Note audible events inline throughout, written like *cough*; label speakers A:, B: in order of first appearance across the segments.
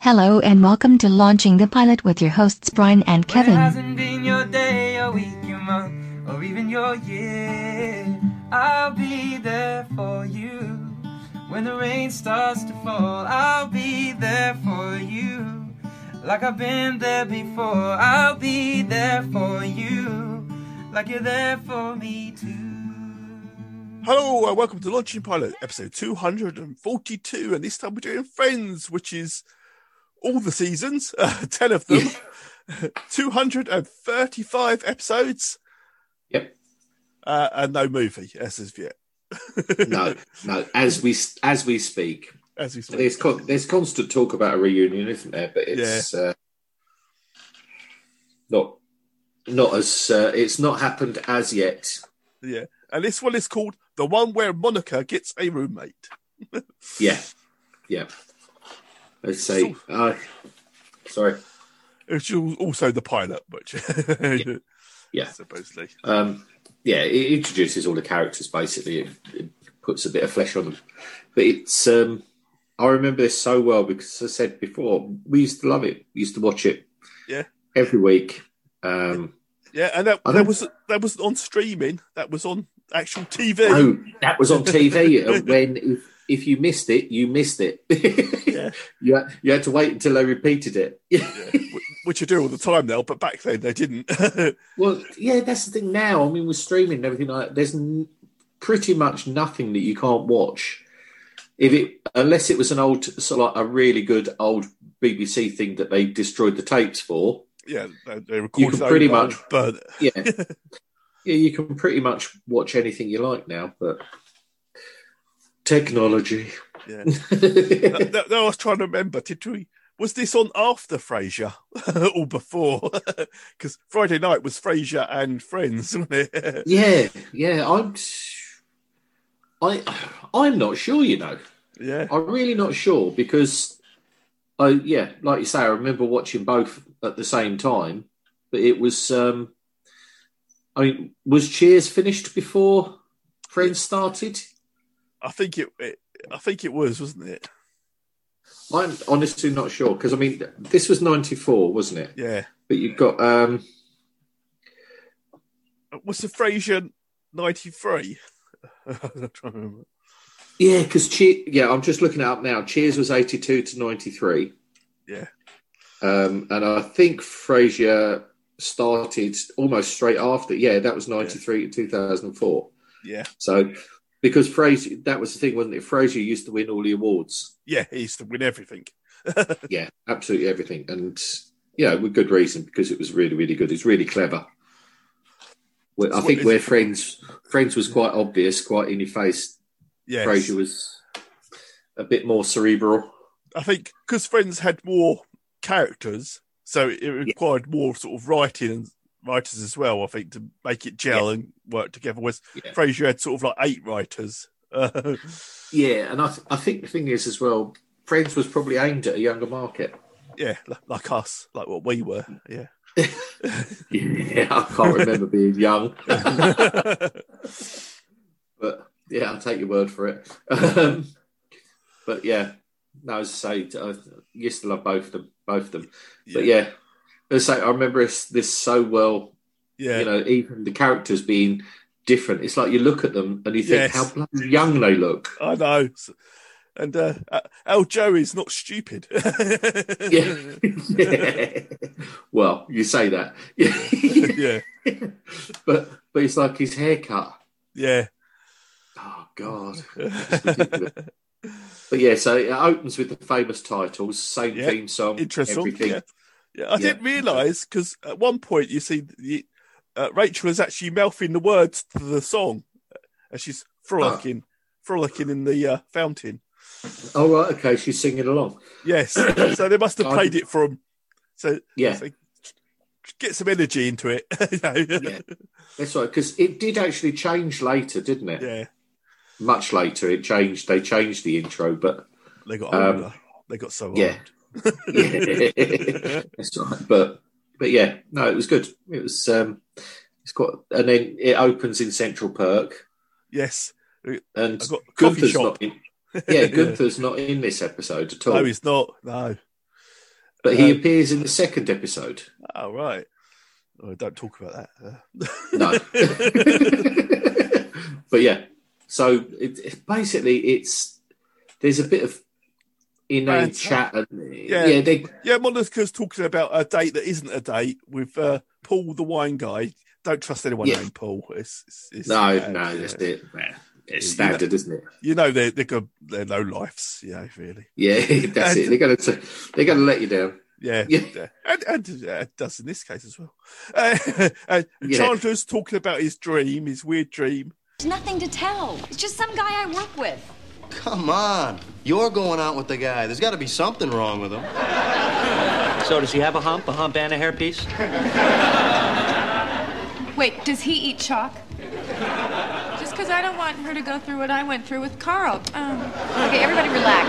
A: Hello and welcome to Launching the Pilot with your hosts Brian and
B: When It
A: Kevin.
B: hasn't been your day, your week, your month, or even your year. I'll be there for you. When the rain starts to fall, I'll be there for you. Like I've been there before, I'll be there for you. Like you're there for me too.
C: Hello and welcome to Launching Pilot, episode 242. And this time we're doing Friends, which is all the seasons, *laughs* uh, 10 of them, *laughs* 235 episodes,
D: Yep.
C: uh, and no movie as of yet.
D: No, no. As we as we speak,
C: *laughs* As we speak.
D: there's con- there's constant talk about a reunion, isn't there? But it's uh, not not as uh, it's not happened as yet.
C: Yeah. And this one is called The One Where Monica Gets a Roommate.
D: Yeah, yeah. Let's say. Uh, sorry.
C: Which is also the pilot, which *laughs*
D: Yeah.
C: supposedly.
D: Um, yeah, it introduces all the characters basically. It, it puts a bit of flesh on them. But it's um, I remember this so well because as I said before, we used to love it. We used to watch it.
C: Yeah.
D: Every week. Um,
C: Yeah, and that,
D: I
C: that
D: don't-
C: was that wasn't on streaming, that was on actual TV.
D: No, oh, that was on TV. and when if, if you missed it, you missed it. *laughs*
C: Yeah.
D: you, had, you had to wait until they repeated it. *laughs*
C: Yeah, wh- which I do all the time now, but back then they didn't. *laughs*
D: well, yeah, that's the thing now. I mean, with streaming and everything like that, there's n- pretty much nothing that you can't watch. If it, unless it was an old, sort of like a really good old BBC thing that they destroyed the tapes for,
C: yeah, they, they recorded
D: can pretty much-
C: but
D: yeah, yeah, you can pretty much watch anything you like now. But technology, *laughs*
C: yeah. Th- th- I was trying to remember. Did we? Was this on after Frasier *laughs* or before? *laughs* Because Friday night was Frasier and Friends, *laughs* wasn't it?
D: Yeah, yeah. I'm, I, I'm not sure. You know,
C: yeah,
D: I'm really not sure because, I yeah, like you say, I remember watching both at the same time, but it was. um I mean, was Cheers finished before Friends started?
C: I think it, it. I think it was, wasn't it?
D: I'm honestly not sure because I mean, this was '94, wasn't it?
C: Yeah.
D: But you've got um
C: Was the Frasier ninety *laughs* three? I'm trying to remember.
D: yeah, because che- yeah, I'm just looking it up now. Cheers was '82 to '93.
C: Yeah,
D: Um, and I think Frasier started almost straight after. Yeah, that was 93 to 2004.
C: yeah,
D: So, because Frasier, that was the thing, wasn't it? Frasier used to win all the awards.
C: yeah. He used to win everything.
D: Yeah, absolutely everything. And, yeah, with good reason, because it was really, really good. It's really clever. Well, I
C: So
D: think
C: is-
D: where Friends Friends was quite obvious, quite in your face,
C: Yeah,
D: Frasier was a bit more cerebral.
C: I think because Friends had more characters, so it required more sort of writing and writers as well. I think to make it gel and work together. Whereas
D: Yeah.
C: Frasier had sort of like eight writers. *laughs* Uh,
D: Yeah, and I, th- I think the thing is, as well, Friends was probably aimed at a younger market.
C: yeah, li- like us, like what we were. Yeah.
D: *laughs*
C: *laughs*
D: Yeah, I can't remember being *laughs* young,
C: yeah,
D: but yeah, I'll take your word for it. Um, but yeah, no, as I say, I used to love both of them, both of them. But yeah, as I say, I remember this, this so well.
C: yeah,
D: You know, even the characters being different. It's like you look at them and you think
C: Yes.
D: how bloody young
C: *laughs*
D: they look.
C: I know. S- And uh, uh, Al Joey's not stupid. *laughs*
D: Yeah. *laughs* well, you say that. *laughs* Yeah.
C: yeah,
D: but but it's like his haircut.
C: yeah.
D: Oh God. But yeah, so it opens with the famous titles, same
C: Yeah.
D: theme song,
C: Interesting.
D: everything.
C: Yeah. Yeah, I
D: Yeah.
C: didn't realise because at one point you see the, uh, Rachel is actually mouthing the words to the song, and she's frolicking, frolicking in the uh, fountain.
D: Oh right, okay, she's singing along. *coughs*
C: Yes, so they must have
D: I
C: played it from. So
D: Yeah,
C: so get some energy into it. *laughs* you know?
D: Yeah. that's right. Because it did actually change later, didn't it?
C: yeah,
D: Much later, it changed. They changed the intro, but
C: they got
D: Um,
C: older. they got so old. *laughs*
D: yeah, yeah. that's right. But but yeah, no, it was good. It was um, it's quite. And then it opens in Central Perk,
C: Yes,
D: and
C: I've got a coffee
D: Gunther's
C: shop. *laughs*
D: not in. Yeah, Gunther's not in this episode at all.
C: No, he's not. No,
D: But he appears in the second episode.
C: Oh, right. Oh, don't talk about
D: No. *laughs*
C: that.
D: but yeah, so it, it- basically, it's there's a bit of inane
C: Banter.
D: chat, and
C: Yeah.
D: yeah, they,
C: yeah, Monica's talking about a date that isn't a date with uh, Paul, the wine guy. Don't trust anyone
D: Yeah.
C: named Paul. It's, it's, it's
D: no,
C: bad,
D: no,
C: yeah.
D: that's it. Yeah,
C: You
D: It's
C: know-
D: standard, isn't it?
C: You know they're they're, good, they're low lifes. Yeah, really.
D: Yeah, *laughs* that's it. They're gonna t- they're gonna let you down.
C: Yeah,
D: Yeah.
C: yeah. and and uh, it does in this case as well. *laughs* Uh, and
D: Yeah.
C: Chandler's talking about his dream, his weird dream.
E: There's nothing to tell. It's just some guy I work with.
F: Come on. You're going out with the guy. There's got to be something wrong with him.
G: So does he have a hump, a hump, and a hairpiece?
H: Wait, does he eat chalk? Just because I don't want her to go through what I went through with Carl. Um,
E: Okay, everybody relax.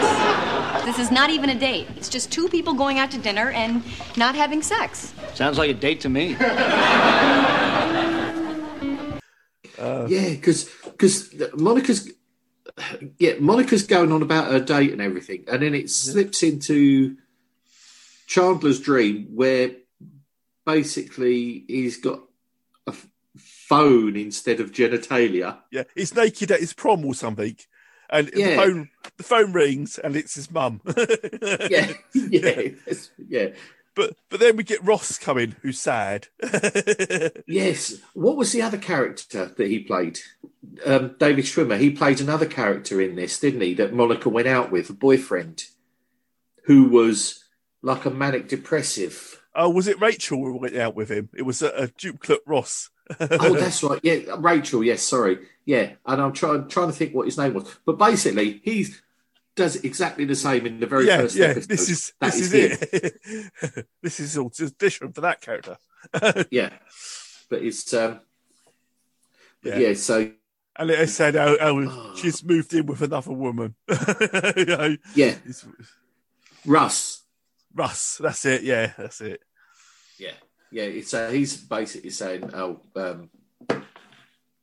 E: This is not even a date. It's just two people going out to dinner and not having sex.
G: Sounds like a date to
E: *laughs*
G: me.
D: Yeah, because Monica's yeah Monica's going on about her date and everything, and then it slips into Chandler's dream where basically he's got a f- phone instead of genitalia.
C: Yeah, he's naked at his prom or something, and the
D: Yeah.
C: phone the phone rings and it's his mum. *laughs*
D: Yeah, yeah, yes, yeah.
C: but but then we get Ross coming, who's sad. *laughs*
D: Yes. What was the other character that he played? Um, David Schwimmer. He played another character in this, didn't he? That Monica went out with a boyfriend, who was like a manic depressive.
C: oh, was it Rachel who went out with him? It was uh, a, a duplicate Ross.
D: oh, that's right. Yeah, Rachel. Yes, sorry. Yeah, and I'm trying trying to think what his name was, but basically he does exactly the same in the very
C: yeah,
D: first
C: yeah.
D: episode.
C: This is
D: That
C: this is,
D: him.
C: it. *laughs* this is all audition for that character.
D: Yeah, but it's um,
C: Yeah.
D: yeah. So
C: And it said, "Oh, oh
D: *sighs*
C: she's moved in with another woman." *laughs* you know,
D: yeah,
C: it's-
D: Russ.
C: Russ. That's it. Yeah, that's it.
D: Yeah, yeah. It's uh, he's basically saying, oh, um,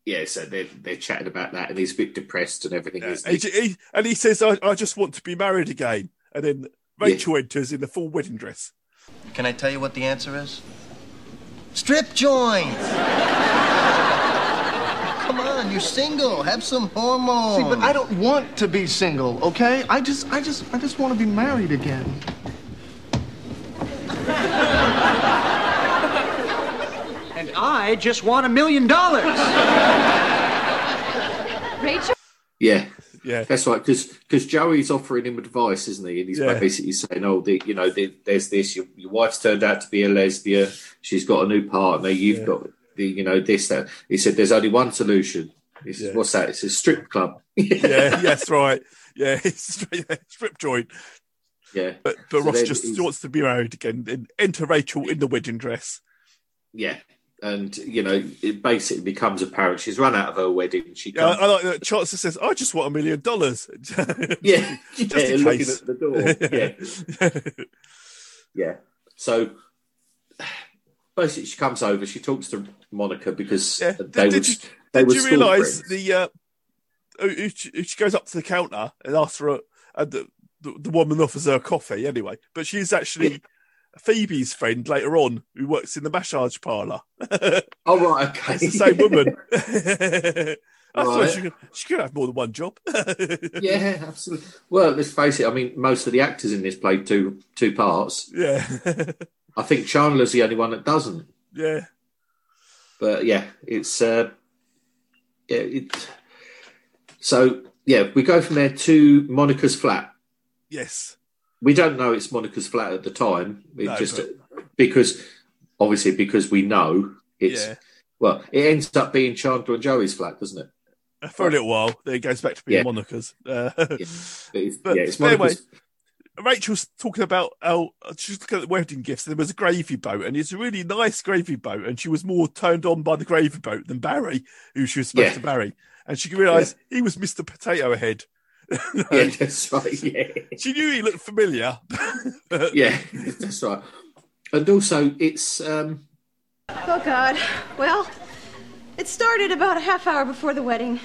D: yeah. So they're they're chatting about that, and he's a bit depressed and everything.
C: Yeah.
D: Isn't
C: He,
D: he?
C: he- and he says, I, "I just want to be married again." And then Rachel enters in a full wedding dress.
F: Can I tell you what the answer is? Strip joints. Come on, you're single. Have some hormones.
I: See, but I don't want to be single, okay? I just, I just, I just want to be married again.
G: And I just want a million dollars.
E: Rachel?
D: Yeah, *laughs*
C: Yeah,
D: that's right. Because Joey's offering him advice, isn't he? And he's
C: Yeah.
D: basically saying, oh, the, you know, the, there's this. Your, your wife's turned out to be a lesbian. She's got a new partner. You've got the, you know, this that. He said, there's only one solution. He says,
C: Yeah.
D: what's that? It's a strip club. *laughs*
C: yeah, yes, right. Yeah, *laughs* it's yeah, strip joint.
D: yeah.
C: But but
D: So
C: Ross
D: then
C: just
D: he's-
C: wants to be married again. And enter Rachel in the wedding dress.
D: Yeah. And, you know, it basically becomes apparent she's run out of her wedding. She
C: Yeah, I,
D: can't-
C: I like that. Chancellor says, "I just want a million dollars." *laughs*
D: yeah,
C: Just
D: yeah *laughs*
C: in
D: looking
C: case.
D: at
C: *laughs*
D: the door. Yeah, yeah. So basically, she comes over. She talks to Monica because
C: Yeah.
D: they
C: Did-
D: were
C: did you-
D: they
C: Did
D: were
C: you
D: school
C: realise
D: friends.
C: the uh, who- who she who she goes up to the counter and asks for a, and the, the the woman offers her coffee anyway, but she's actually Phoebe's friend later on who works in the massage parlour. it's
D: Oh right, okay,
C: the
D: *laughs*
C: same woman. *laughs* I thought
D: Right.
C: she could, she could have more than one job. *laughs*
D: yeah, absolutely. Well, let's face it. I mean, most of the actors in this played two two parts.
C: yeah, *laughs*
D: I think Chandler's the only one that doesn't.
C: yeah.
D: But yeah, it's uh, yeah, it. So yeah, we go from there to Monica's flat.
C: Yes,
D: we don't know it's Monica's flat at the time. It
C: No,
D: just because obviously because we know it's
C: yeah.
D: well, it ends up being Chandler and Joey's flat, doesn't it?
C: For a little while, then it goes back to being
D: Yeah.
C: Monica's. Uh, *laughs*
D: But it's,
C: But
D: yeah, it's
C: anyway-
D: Monica's.
C: *laughs* Rachel's talking about how uh, she's looking at the wedding gifts, and there was a gravy boat, and it's a really nice gravy boat, and she was more turned on by the gravy boat than Barry, who she was supposed
D: Yeah.
C: to marry, and she realised he was Mister Potato Head.
D: *laughs* Yeah, that's right. Yeah,
C: She knew he looked familiar. *laughs* but
D: yeah, that's right. And also, it's um,
E: Oh, God. Well, it started about a half hour before the wedding.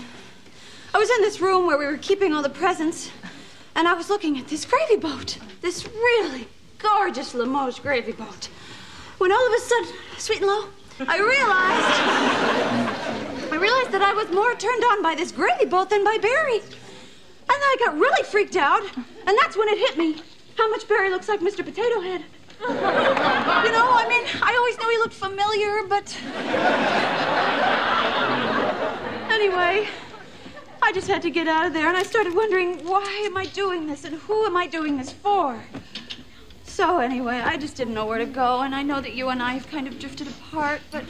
E: I was in this room where we were keeping all the presents, and I was looking at this gravy boat. This really gorgeous Limoges gravy boat. When all of a sudden, sweet and low, I realized. I realized that I was more turned on by this gravy boat than by Barry. And then I got really freaked out, and that's when it hit me how much Barry looks like Mr. Potato Head. you know, I mean, I always knew he looked familiar, but. Anyway, I just had to get out of there, and I started wondering why am I doing this and who am I doing this for? So, anyway, I just didn't know where to go, and I know that you and I have kind of drifted apart, but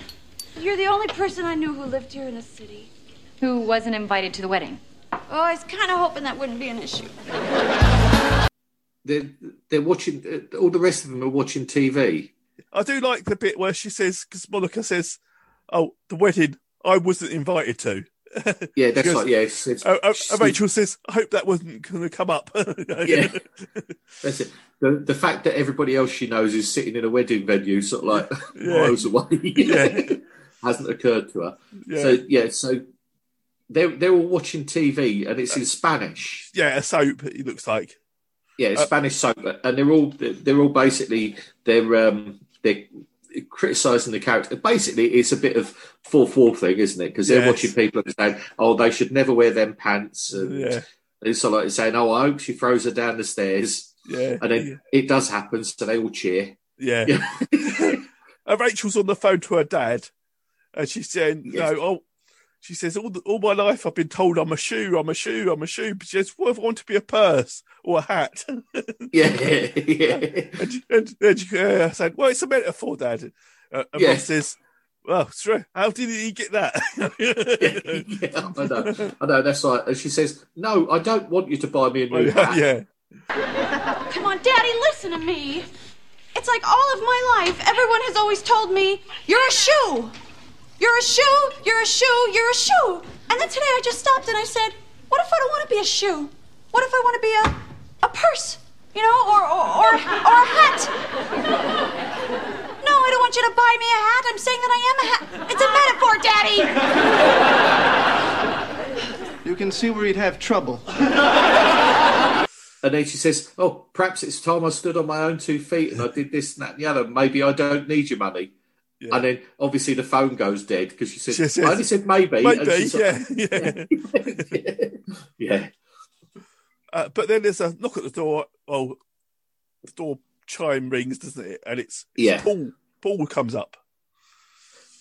E: you're the only person I knew who lived here in the city.
J: Who wasn't invited to the wedding?
E: Oh, I was kind of hoping that wouldn't be an issue.
D: They're they're watching. All the rest of them are watching TV.
C: I do like the bit where she says, because Monica says, "Oh, the wedding I wasn't invited to."
D: Yeah, that's
C: She goes,
D: like yeah. It's, it's,
C: Oh, oh, oh, Rachel says, "I hope that wasn't going to come up." *laughs*
D: Yeah. That's it. The, the fact that everybody else she knows is sitting in a wedding venue, sort of like
C: Yeah.
D: *laughs* miles away,
C: Yeah.
D: hasn't occurred to her.
C: Yeah.
D: So yeah, so they're they're all watching TV, and it's in Spanish.
C: yeah, a soap. It looks like.
D: Yeah,
C: Uh,
D: it's Spanish soap, and they're all they're all basically they're um they're criticizing the character. Basically, it's a bit of four four thing, isn't it? Because they're
C: Yes.
D: watching people and saying, "Oh, they should never wear them pants," and
C: Yeah,
D: it's sort of like saying, "Oh, I hope she throws her down the stairs."
C: yeah, *laughs*
D: And then it does happen, so they all cheer. *laughs*
C: yeah. *laughs* And Rachel's on the phone to her dad, and she's saying, "No, oh." She says, all, the, all my life I've been told I'm a shoe, I'm a shoe, I'm a shoe. But she says, what if I want to be a purse or a hat? *laughs*
D: yeah, yeah.
C: and, and, and she- uh, I said, well, it's a metaphor, Dad. Uh, and
D: Yeah.
C: Ross says, well, sure. How did he get *laughs* that?
D: yeah, I know. I know. That's right. And she says, "No, I don't want you to buy me a new
C: Oh, yeah,
D: hat."
C: yeah.
E: Come on, Daddy, listen to me. It's like all of my life, everyone has always told me, You're a shoe! You're a shoe! You're a shoe! You're a shoe! And then today I just stopped and I said, What if I don't want to be a shoe? What if I want to be a, a purse? You know, or, or, or, or a hat? No, I don't want you to buy me a hat. I'm saying that I am a hat. It's a metaphor, Daddy!
I: You can see where you'd have trouble.
D: And then she says, "Oh, perhaps it's time I stood on my own two feet and I did this and that and the other. Maybe I don't need your money." And then obviously the phone goes dead because she says,
C: She says,
D: "I only said maybe." and
C: Maybe,
D: she's
C: yeah,
D: like-
C: yeah.
D: *laughs* yeah.
C: Uh, but then there's a knock at the door. Well, the door chime rings, doesn't it? And it's, it's
D: Yeah.
C: Paul. Paul comes up.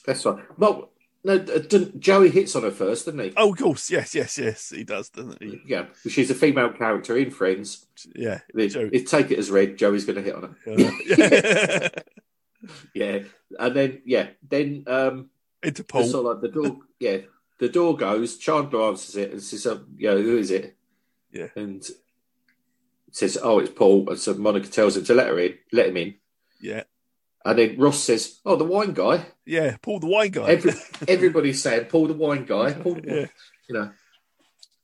D: That's right. Well, no, d- didn't- Joey hits on her first, doesn't he?
C: Oh, of course, yes, yes, yes. He does, doesn't he?
D: Yeah, she's a female character in Friends.
C: Yeah.
D: They,
C: Joey.
D: they take it as read. Joey's going to hit on her.
C: *laughs* Yeah.
D: *laughs* Yeah, and then yeah, then um,
C: Into
D: the
C: Paul.
D: sort of like the door. Yeah, the door goes. Chandler answers it and says, um, "Yeah, who is it?"
C: Yeah.
D: and says, "Oh, it's Paul." And so Monica tells him to let her in, let him in.
C: Yeah.
D: And then Ross says, "Oh, the wine guy."
C: Yeah, Paul the wine guy. *laughs*
D: Every, everybody's saying, "Paul, the wine guy." Paul, the wine-"
C: Yeah.
D: you know.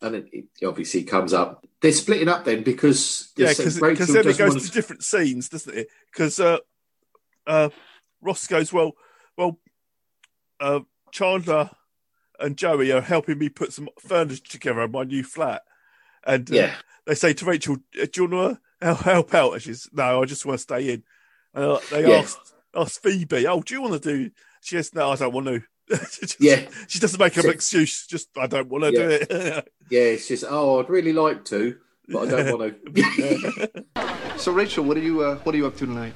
D: And it, it obviously comes up. They're splitting up then because
C: Yeah,
D: they said
C: because
D: Rachel
C: then it
D: doesn't
C: goes
D: want
C: to different scenes, doesn't it? Because uh, uh, Ross goes, well, well, uh, Chandler and Joey are helping me put some furniture together in my new flat, and uh,
D: Yeah.
C: they say to Rachel, uh, "Do you want to help out?" And she's, "No, I just want to stay in." And uh, they
D: Yeah.
C: asked asked Phoebe, "Oh, do you want to do?" She says, "No, I don't want to." *laughs* She just-
D: Yeah.
C: she doesn't make up an
D: So-
C: excuse. Just I don't want to do it. *laughs*
D: Yeah, it's just, "Oh, I'd really like to, but I don't *laughs* want to."
I: So Rachel, what are you uh, what are you up to tonight?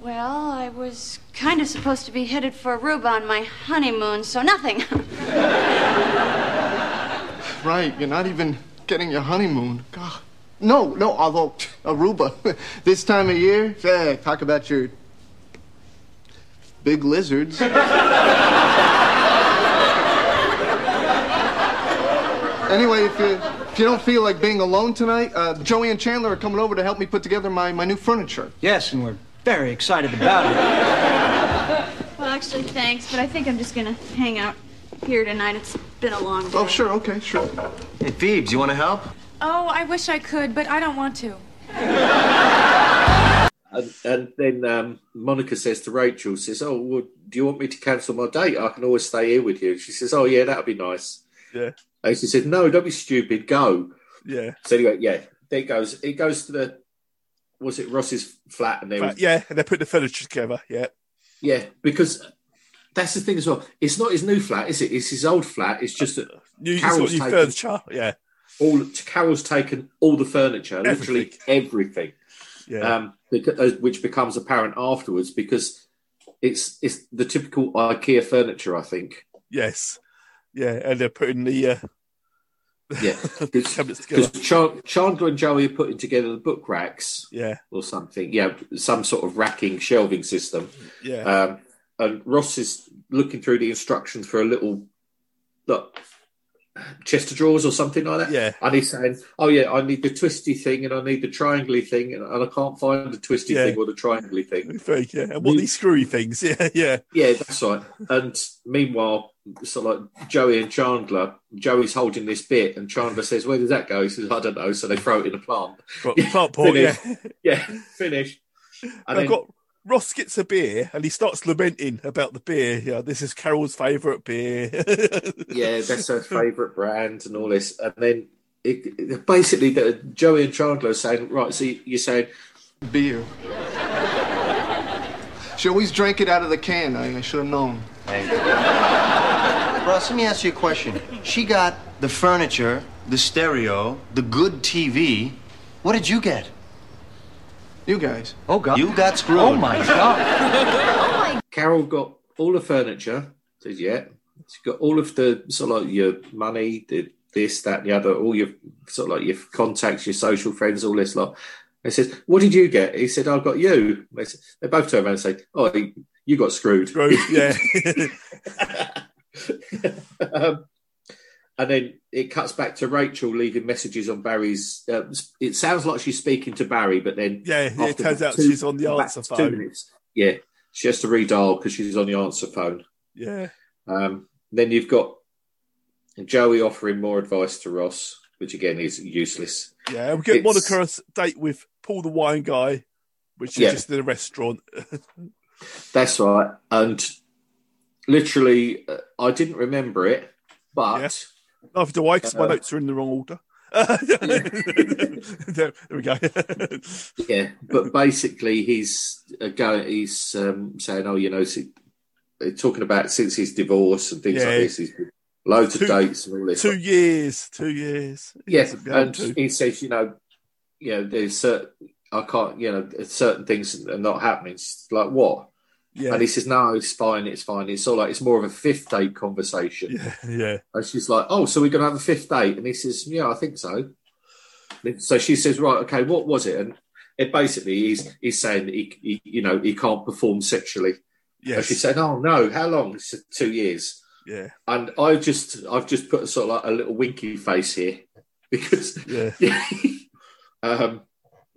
E: Well, I was kind of supposed to be headed for Aruba on my honeymoon, so nothing. *laughs*
I: Right, you're not even getting your honeymoon. God. No, no, although Aruba, *laughs* this time of year, eh, talk about your big *laughs* lizards. anyway, if you, if you don't feel like being alone tonight, uh, Joey and Chandler are coming over to help me put together my, my new furniture.
G: Yes, and we're very excited about it.
E: Well, actually, thanks, but I think I'm just gonna hang out here tonight. It's been a long day.
I: Oh, sure, okay, sure.
F: Hey, Phoebes, you want to help?
H: Oh, I wish I could, but I don't want to.
D: And, and then um, Monica says to Rachel, says, "Oh, well, do you want me to cancel my date? I can always stay here with you." She says, "Oh, yeah, that'd be nice."
C: Yeah.
D: And she said, "No, don't be stupid. Go."
C: yeah,
D: So anyway, yeah, there it goes. It goes to the was it Ross's flat? And they
C: But,
D: was,
C: yeah, and they put the furniture together. Yeah,
D: yeah, because that's the thing as well. It's not his new flat, is it? It's his old flat. It's just that
C: new,
D: Carol's
C: new
D: taken-
C: furniture. Yeah,
D: all Carol's taken all the furniture, literally everything.
C: yeah.
D: um, beca- uh, which becomes apparent afterwards because it's it's the typical IKEA furniture, I think.
C: Yes. Yeah, and they're putting the uh,
D: *laughs* Yeah,
C: cabinets
D: because
C: together.
D: Char- Chandler and Joey are putting together the book racks
C: Yeah,
D: or something. Yeah, some sort of racking shelving system.
C: yeah.
D: Um, and Ross is looking through the instructions for a little look, chest of drawers or something like that.
C: Yeah.
D: And he's saying, "Oh yeah, I need the twisty thing, and I need the triangly thing, and, and I can't find the twisty
C: Yeah.
D: thing or the triangly thing."
C: Very, yeah. And what these screwy things. *laughs* Yeah, yeah.
D: Yeah, that's right. And meanwhile, so like Joey and Chandler, Joey's holding this bit, and Chandler says, "Where does that go?" He says, "I don't know." So they throw it in a plant. *laughs*
C: But plant pot, yeah.
D: Finished. Yeah, finish. And
C: I've
D: then,
C: got Ross gets a beer and he starts lamenting about the beer. Yeah, this is Carol's favourite beer. *laughs*
D: yeah, that's her favourite brand, and all this. And then it, it- basically, the, Joey and Chandler are saying, "Right, so you- you're saying,
I: Beer. She always drank it out of the can. I, I should have known.
F: Russ, let me ask you a question. She got the furniture, the stereo, the good TV. What did you get?
I: You guys.
G: Oh, God.
F: You got screwed.
G: Oh, my God.
D: Carol got all the furniture." Says, "Yeah." She's got all of the sort of like your money, the this, that, and the other, all your sort of like your contacts, your social friends, all this lot. They says, "What did you get?" He said, "I got you." They, said, they both turn around and say, "Oh, he- you got screwed."
C: Bro, yeah. *laughs*
D: *laughs* um, and then it cuts back to Rachel leaving messages on Barry's. Uh, it sounds like she's speaking to Barry, but then
C: yeah, yeah, it
D: after
C: turns
D: about
C: out
D: two-
C: she's on the
D: about
C: answer
D: two
C: phone.
D: minutes, yeah, she has to redial because she's on the answer phone.
C: Yeah.
D: Um, then you've got Joey offering more advice to Ross, which again is useless.
C: Yeah. We get
D: It's-
C: Monica's date with Paul the wine guy, which is
D: Yeah.
C: just in a restaurant. *laughs*
D: That's right. And literally, uh, I didn't remember it, but
C: Yeah. Neither do I, because my
D: Uh,
C: notes are in the wrong order. *laughs* there, there we go. *laughs*
D: Yeah, but basically, he's uh, going. He's um, saying, "Oh, you know," si- uh, talking about since his divorce and things
C: Yeah.
D: like this. He's been loads
C: Two-
D: of dates and all this.
C: two years, two years.
D: yeah,
C: It's about
D: and
C: two.
D: he says, "You know, you know, there's certain I can't, you know, there's certain things that are not happening." It's like what?
C: yeah,
D: And he says, "No, it's fine. It's fine. It's all like it's more of a fifth date conversation."
C: yeah, yeah,
D: And she's like, "Oh, so we're going to have a fifth date?" And he says, "Yeah, I think so." Then- So she says, "Right, okay, what was it?" And it basically he's he's saying that he, he you know he can't perform sexually. And she
C: yes,
D: said, "Oh no, how long?" He said, two years."
C: yeah,
D: And I just I've just put a sort of like a little winky face here *laughs* because
C: yeah.
D: *laughs* um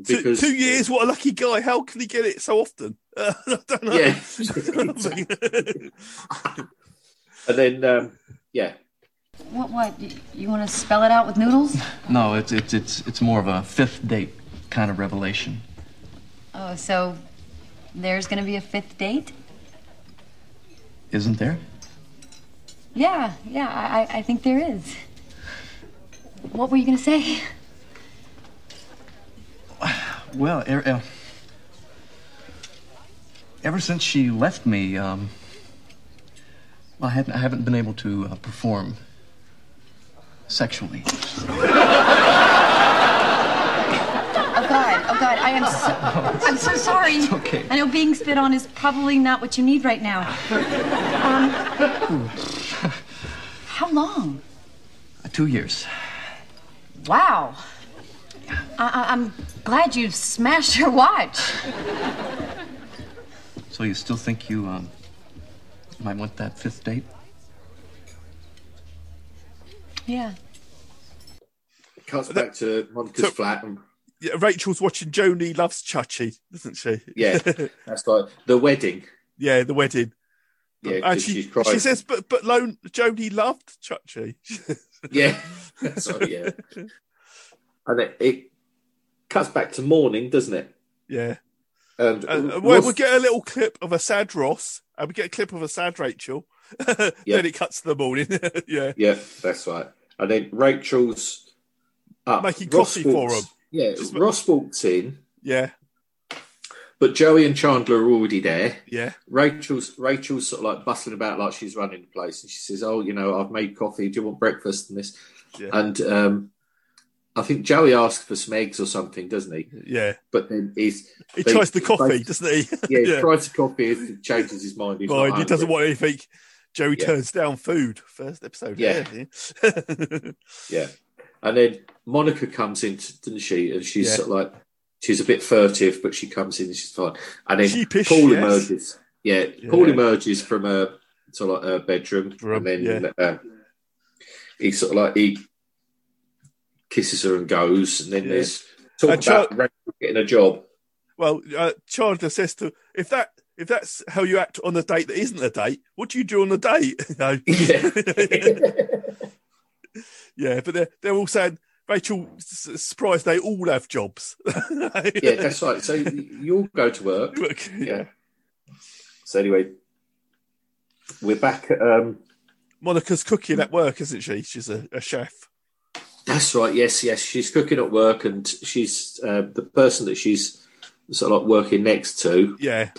C: Two,
D: because
C: two years. What a lucky guy! How can he get it so often? *laughs* Uh, I don't know.
D: *laughs* Yeah. *laughs* and then um, yeah
J: What, what? You, you want to spell it out with noodles?
G: No, it's, it's, it's, it's more of a fifth date kind of revelation.
J: Oh, so there's going to be a fifth date?
G: Isn't there?
J: Yeah, yeah, I, I- I think there is. What were you going to say?
G: Well, er, er- ever since she left me, um, I haven't I haven't been able to uh, perform sexually.
J: Oh, God, oh, God, I am so, I'm so sorry.
G: *laughs*
J: It's
G: okay.
J: I know being spit on is probably not what you need right now. Um, how long?
G: Uh, two years.
J: Wow. I, I, I'm glad you smashed your watch.
G: So you still think you um, might want that fifth date?
J: Yeah.
D: cuts back to Monica's
C: So-
D: flat and
C: Yeah, Rachel's watching Joni loves Chachi, doesn't she? *laughs*
D: yeah that's like the wedding
C: yeah, the wedding.
D: yeah
C: and
D: 'cause
C: Ah, she,
D: she's crying.
C: she says, but but Lone, Joni loved
D: *laughs*
C: Chachi.
D: Yeah. *laughs* so,
C: *laughs*
D: yeah. And it, it cuts back to morning, doesn't it?
C: yeah.
D: And,
C: And, uh,
D: Ross-
C: well, we get a little clip of a sad Ross, and we get a clip of a sad Rachel. *laughs* Then it cuts to the morning. *laughs* yeah,
D: yeah, that's right. And then Rachel's up.
C: Making coffee for
D: walks-
C: him.
D: Yeah,
C: Just-
D: Ross walks in
C: yeah,
D: But Joey and Chandler are already there.
C: Yeah.
D: Rachel's Rachel's sort of like bustling about like she's running the place, and she says, "Oh, you know, I've made coffee. Do you want breakfast?" And this,
C: Yeah.
D: and um, I think Joey asks for some eggs or something, doesn't he?
C: Yeah.
D: But then he's
C: He
D: they-
C: tries the coffee,
D: they-
C: doesn't he?
D: yeah, he
C: *laughs* Yeah.
D: tries the coffee. He changes his mind. He's not
C: Right, he doesn't
D: hungry.
C: want anything. Joey
D: Yeah.
C: turns down food. First episode.
D: Yeah.
C: *laughs*
D: Yeah. And then Monica comes in, doesn't she? And she's
C: Yeah.
D: sort of like, she's a bit furtive, but she comes in and she's fine. And then
C: Sheepish,
D: Paul
C: yes.
D: emerges. Yeah,
C: Yeah.
D: Paul emerges from her sort of like her bedroom,
C: Room,
D: and then uh, he sort of like he kisses her and goes. And then
C: Yeah.
D: there's talk
C: And
D: about Rachel getting a job. *laughs*
C: Well, uh, Chandler says to if that if that's how you act on a date that isn't a date, what do you do on a date? *laughs* You
D: *laughs*
C: know? yeah, but they're they're all saying Rachel s- s- surprised they all have jobs. *laughs*
D: Yeah, that's right. So you'll go to work. Yeah. So anyway, we're back at um,
C: Monica's cooking at work, isn't she? She's a, a chef.
D: That's right. Yes, yes. She's cooking at work, and she's uh, the person that she's sort of like working next to.
C: Yeah,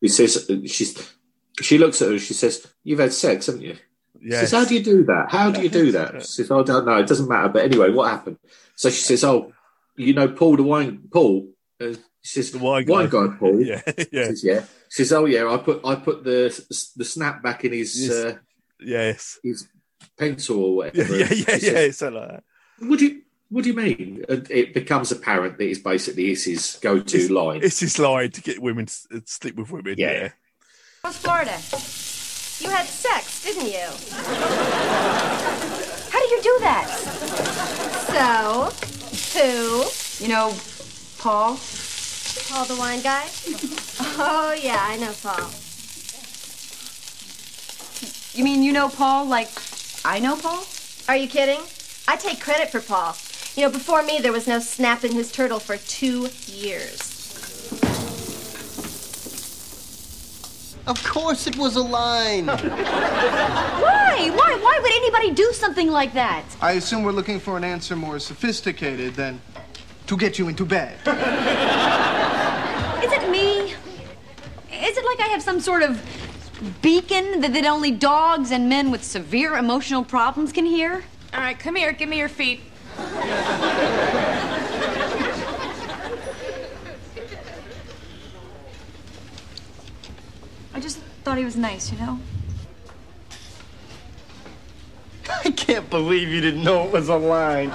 D: He says she's. She looks at her and she says, "You've had sex, haven't you?" She
C: yeah.
D: says, "How do you do that? How do you do that?" She says, "I don't know. It doesn't matter." But anyway, what happened? So she says, "Oh, you know, Paul the wine, Paul." Uh, she says, "The
C: wine
D: guy, Paul."
C: Yeah, *laughs*
D: She
C: yeah,
D: says, "Yeah." She says, "Oh yeah, I put I put the the snap back in his
C: Yes.
D: uh,
C: yes,
D: his pencil or
C: yeah,
D: whatever."
C: yeah,
D: She
C: yeah,
D: says,
C: yeah. It's like that.
D: what do you What do you mean? And It becomes apparent that it's basically it's his go-to line.
C: It's his line to get women s- uh, sleep with women.
D: Yeah.
C: Yeah,
K: South Florida. You had sex, didn't you? How do you do that? So, who? You know, Paul? Paul the wine guy? oh, yeah, I know Paul.
J: You mean you know Paul like I know Paul?
K: Are you kidding? I take credit for Paul. You know, before me, there was no snap in his turtle for two years.
F: Of course it was a line.
K: Why? Why? Why would anybody do something like that?
I: *laughs* I assume we're looking for an answer more sophisticated than to get you into bed.
K: Is it me?
J: Is it like I have some sort of beacon that, that only dogs and men with severe emotional problems can hear?
H: All right, come here. Give me your feet.
J: I just thought he was nice, you know?
F: I can't believe you didn't know it was a line.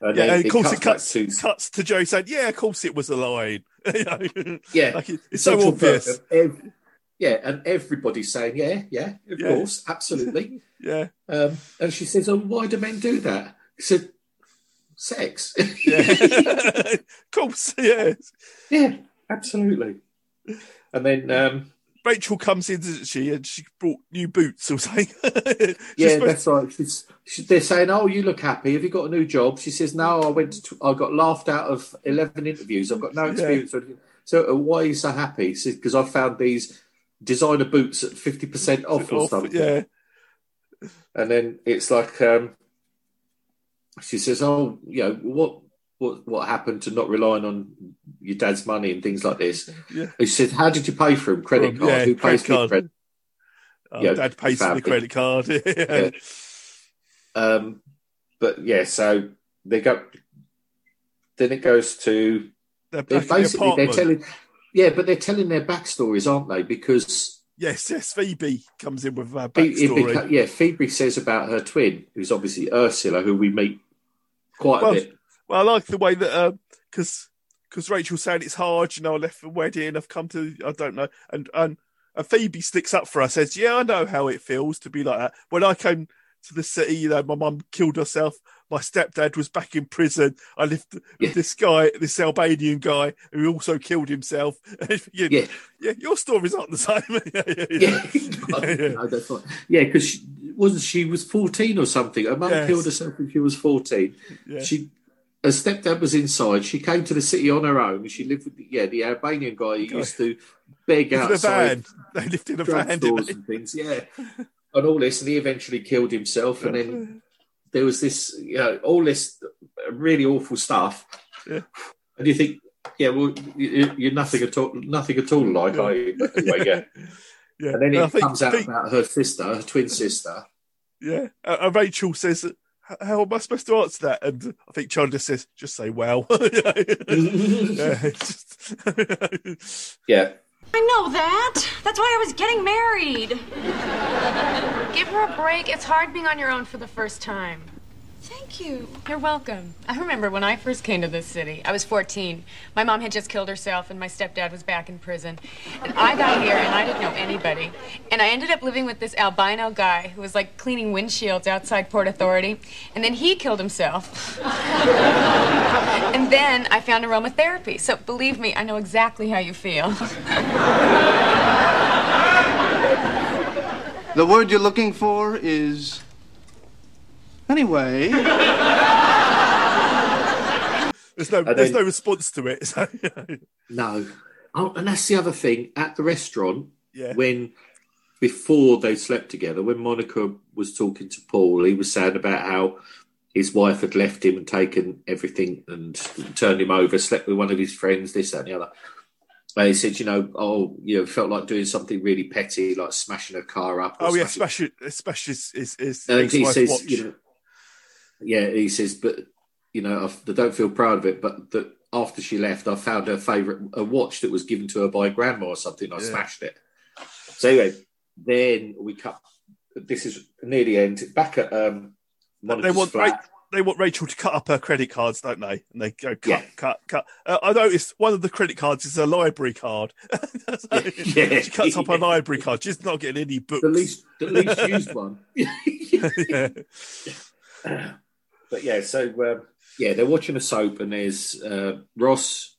D: And
C: yeah.
D: then
C: And of course, it
D: back
C: cuts cuts to, Joe saying, "Yeah, of course, it was a line." *laughs* You know?
D: Yeah,
C: like it- it's
D: Central
C: so obvious.
D: Perk of ev- yeah, and everybody's saying, "Yeah, yeah, of
C: Yeah.
D: course,
C: *laughs*
D: absolutely."
C: Yeah,
D: um, and she says, "Oh, why do men do that?" He said, "Sex."
C: yeah, *laughs* of course, yeah.
D: *laughs* yeah, absolutely. And then, um,
C: Rachel comes in, doesn't she? And she brought new boots or something. *laughs* She's
D: yeah,
C: supposed-
D: that's right. She's, she, they're saying, "Oh, you look happy. Have you got a new job?" She says, "No, I went. To, I got laughed out of eleven interviews. I've got no
C: Yeah.
D: experience." or anything." So, uh, why are you so happy? She says, "Because I found these designer boots at fifty percent off or
C: off,
D: something."
C: yeah,
D: And then it's like, um, she says, "Oh, you know what." What, what happened to not relying on your dad's money and things like this?
C: Yeah.
D: And she said, "How did you pay for him? Credit
C: From-
D: card?
C: yeah,
D: Who pays
C: credit
D: for your
C: card.
D: credit?"
C: Oh,
D: Yeah,
C: Dad pays for the
D: family.
C: credit card. *laughs* yeah.
D: Yeah. Um, but yeah, so they go. Then it goes to
C: They're
D: they
C: back in the
D: basically they're
C: apartment.
D: telling, yeah, but they're telling their backstories, aren't they? Because
C: Yes, yes. Phoebe comes in with her
D: Phoe- it
C: backstory.
D: beca- yeah, Phoebe says about her twin, who's obviously Ursula, who we meet quite
C: well,
D: a bit.
C: well, I like the way that because because Rachel's saying it's hard, you know, I left the wedding, I've come to, I don't know, and and and Phoebe sticks up for her, says, "Yeah, I know how it feels to be like that. When I came to the city, you know, my mum killed herself." My stepdad was back in prison. I lived with
D: Yeah.
C: this guy, this Albanian guy, who also killed himself. *laughs* You-
D: Yeah,
C: yeah, your stories aren't the same. *laughs* yeah, yeah,
D: *laughs*
C: *laughs* yeah.
D: yeah, no, that's right. Yeah, because wasn't she was fourteen or something? Her mum
C: Yes.
D: killed herself when she was fourteen.
C: Yeah.
D: She. Her stepdad was inside. She came to the city on her own. She lived with, the- yeah, the Albanian guy who used to beg
C: In a
D: outside
C: van. They lived in a van. didn't
D: drugstores
C: they?
D: and things, yeah, and all this, and he eventually killed himself, and then there was this, you know, all this really awful stuff,
C: Yeah.
D: And you think, yeah, well, you- you're nothing at all, nothing at all like I anyway,
C: *laughs*
D: yeah.
C: Yeah,
D: And then
C: and I
D: it
C: think-
D: comes out
C: think-
D: about her sister, her twin sister.
C: Yeah. Uh, uh, Rachel says, "H- "How am I supposed to answer that?" And I think Chandler says, "Just say well." *laughs* yeah, *laughs* it's just-
D: yeah.
E: I know that. That's why I was getting married.
H: Give her a break. It's hard being on your own for the first time. Thank you. You're welcome. I remember when I first came to this city. I was 14. My mom had just killed herself, and my stepdad was back in prison. And I got here, and I didn't know anybody. And I ended up living with this albino guy who was like cleaning windshields outside Port Authority. And then he killed himself. *laughs* and then I found aromatherapy. So believe me, I know exactly how you feel.
I: *laughs* The word you're looking for is. Anyway.
C: There's no,
D: I
C: there's
D: don't-
C: no response to it. *laughs* So,
D: No. Oh, and that's the other thing at the restaurant
C: Yeah.
D: when before they slept together, when Monica was talking to Paul, he was saying about how his wife had left him and taken everything and turned him over, slept with one of his friends, this, that, and the other. And he said, you know, oh, you know, felt like doing something really petty, like smashing her car up. or
C: oh yeah,
D: smashing-
C: especially especially is is, is
D: and Uh, he
C: ex-wife's
D: says,
C: watch.
D: you know, yeah, he says, but you know, I f- I don't feel proud of it, but that after she left, I found her favorite a watch that was given to her by grandma or something. I
C: Yeah.
D: smashed it. So anyway, then we cut. This is near the end. Back at um,
C: they
D: Monica's
C: want
D: flat.
C: Ra- they want Rachel to cut up her credit cards, don't they? And they go cut,
D: Yeah.
C: cut, cut. Uh, I noticed one of the credit cards is a library card. *laughs* So
D: Yeah. *laughs*
C: She cuts up her library card. She's not getting any books.
D: The least, the least used one.
C: *laughs* yeah.
D: But yeah, so um, yeah, they're watching a soap, and there's uh, Ross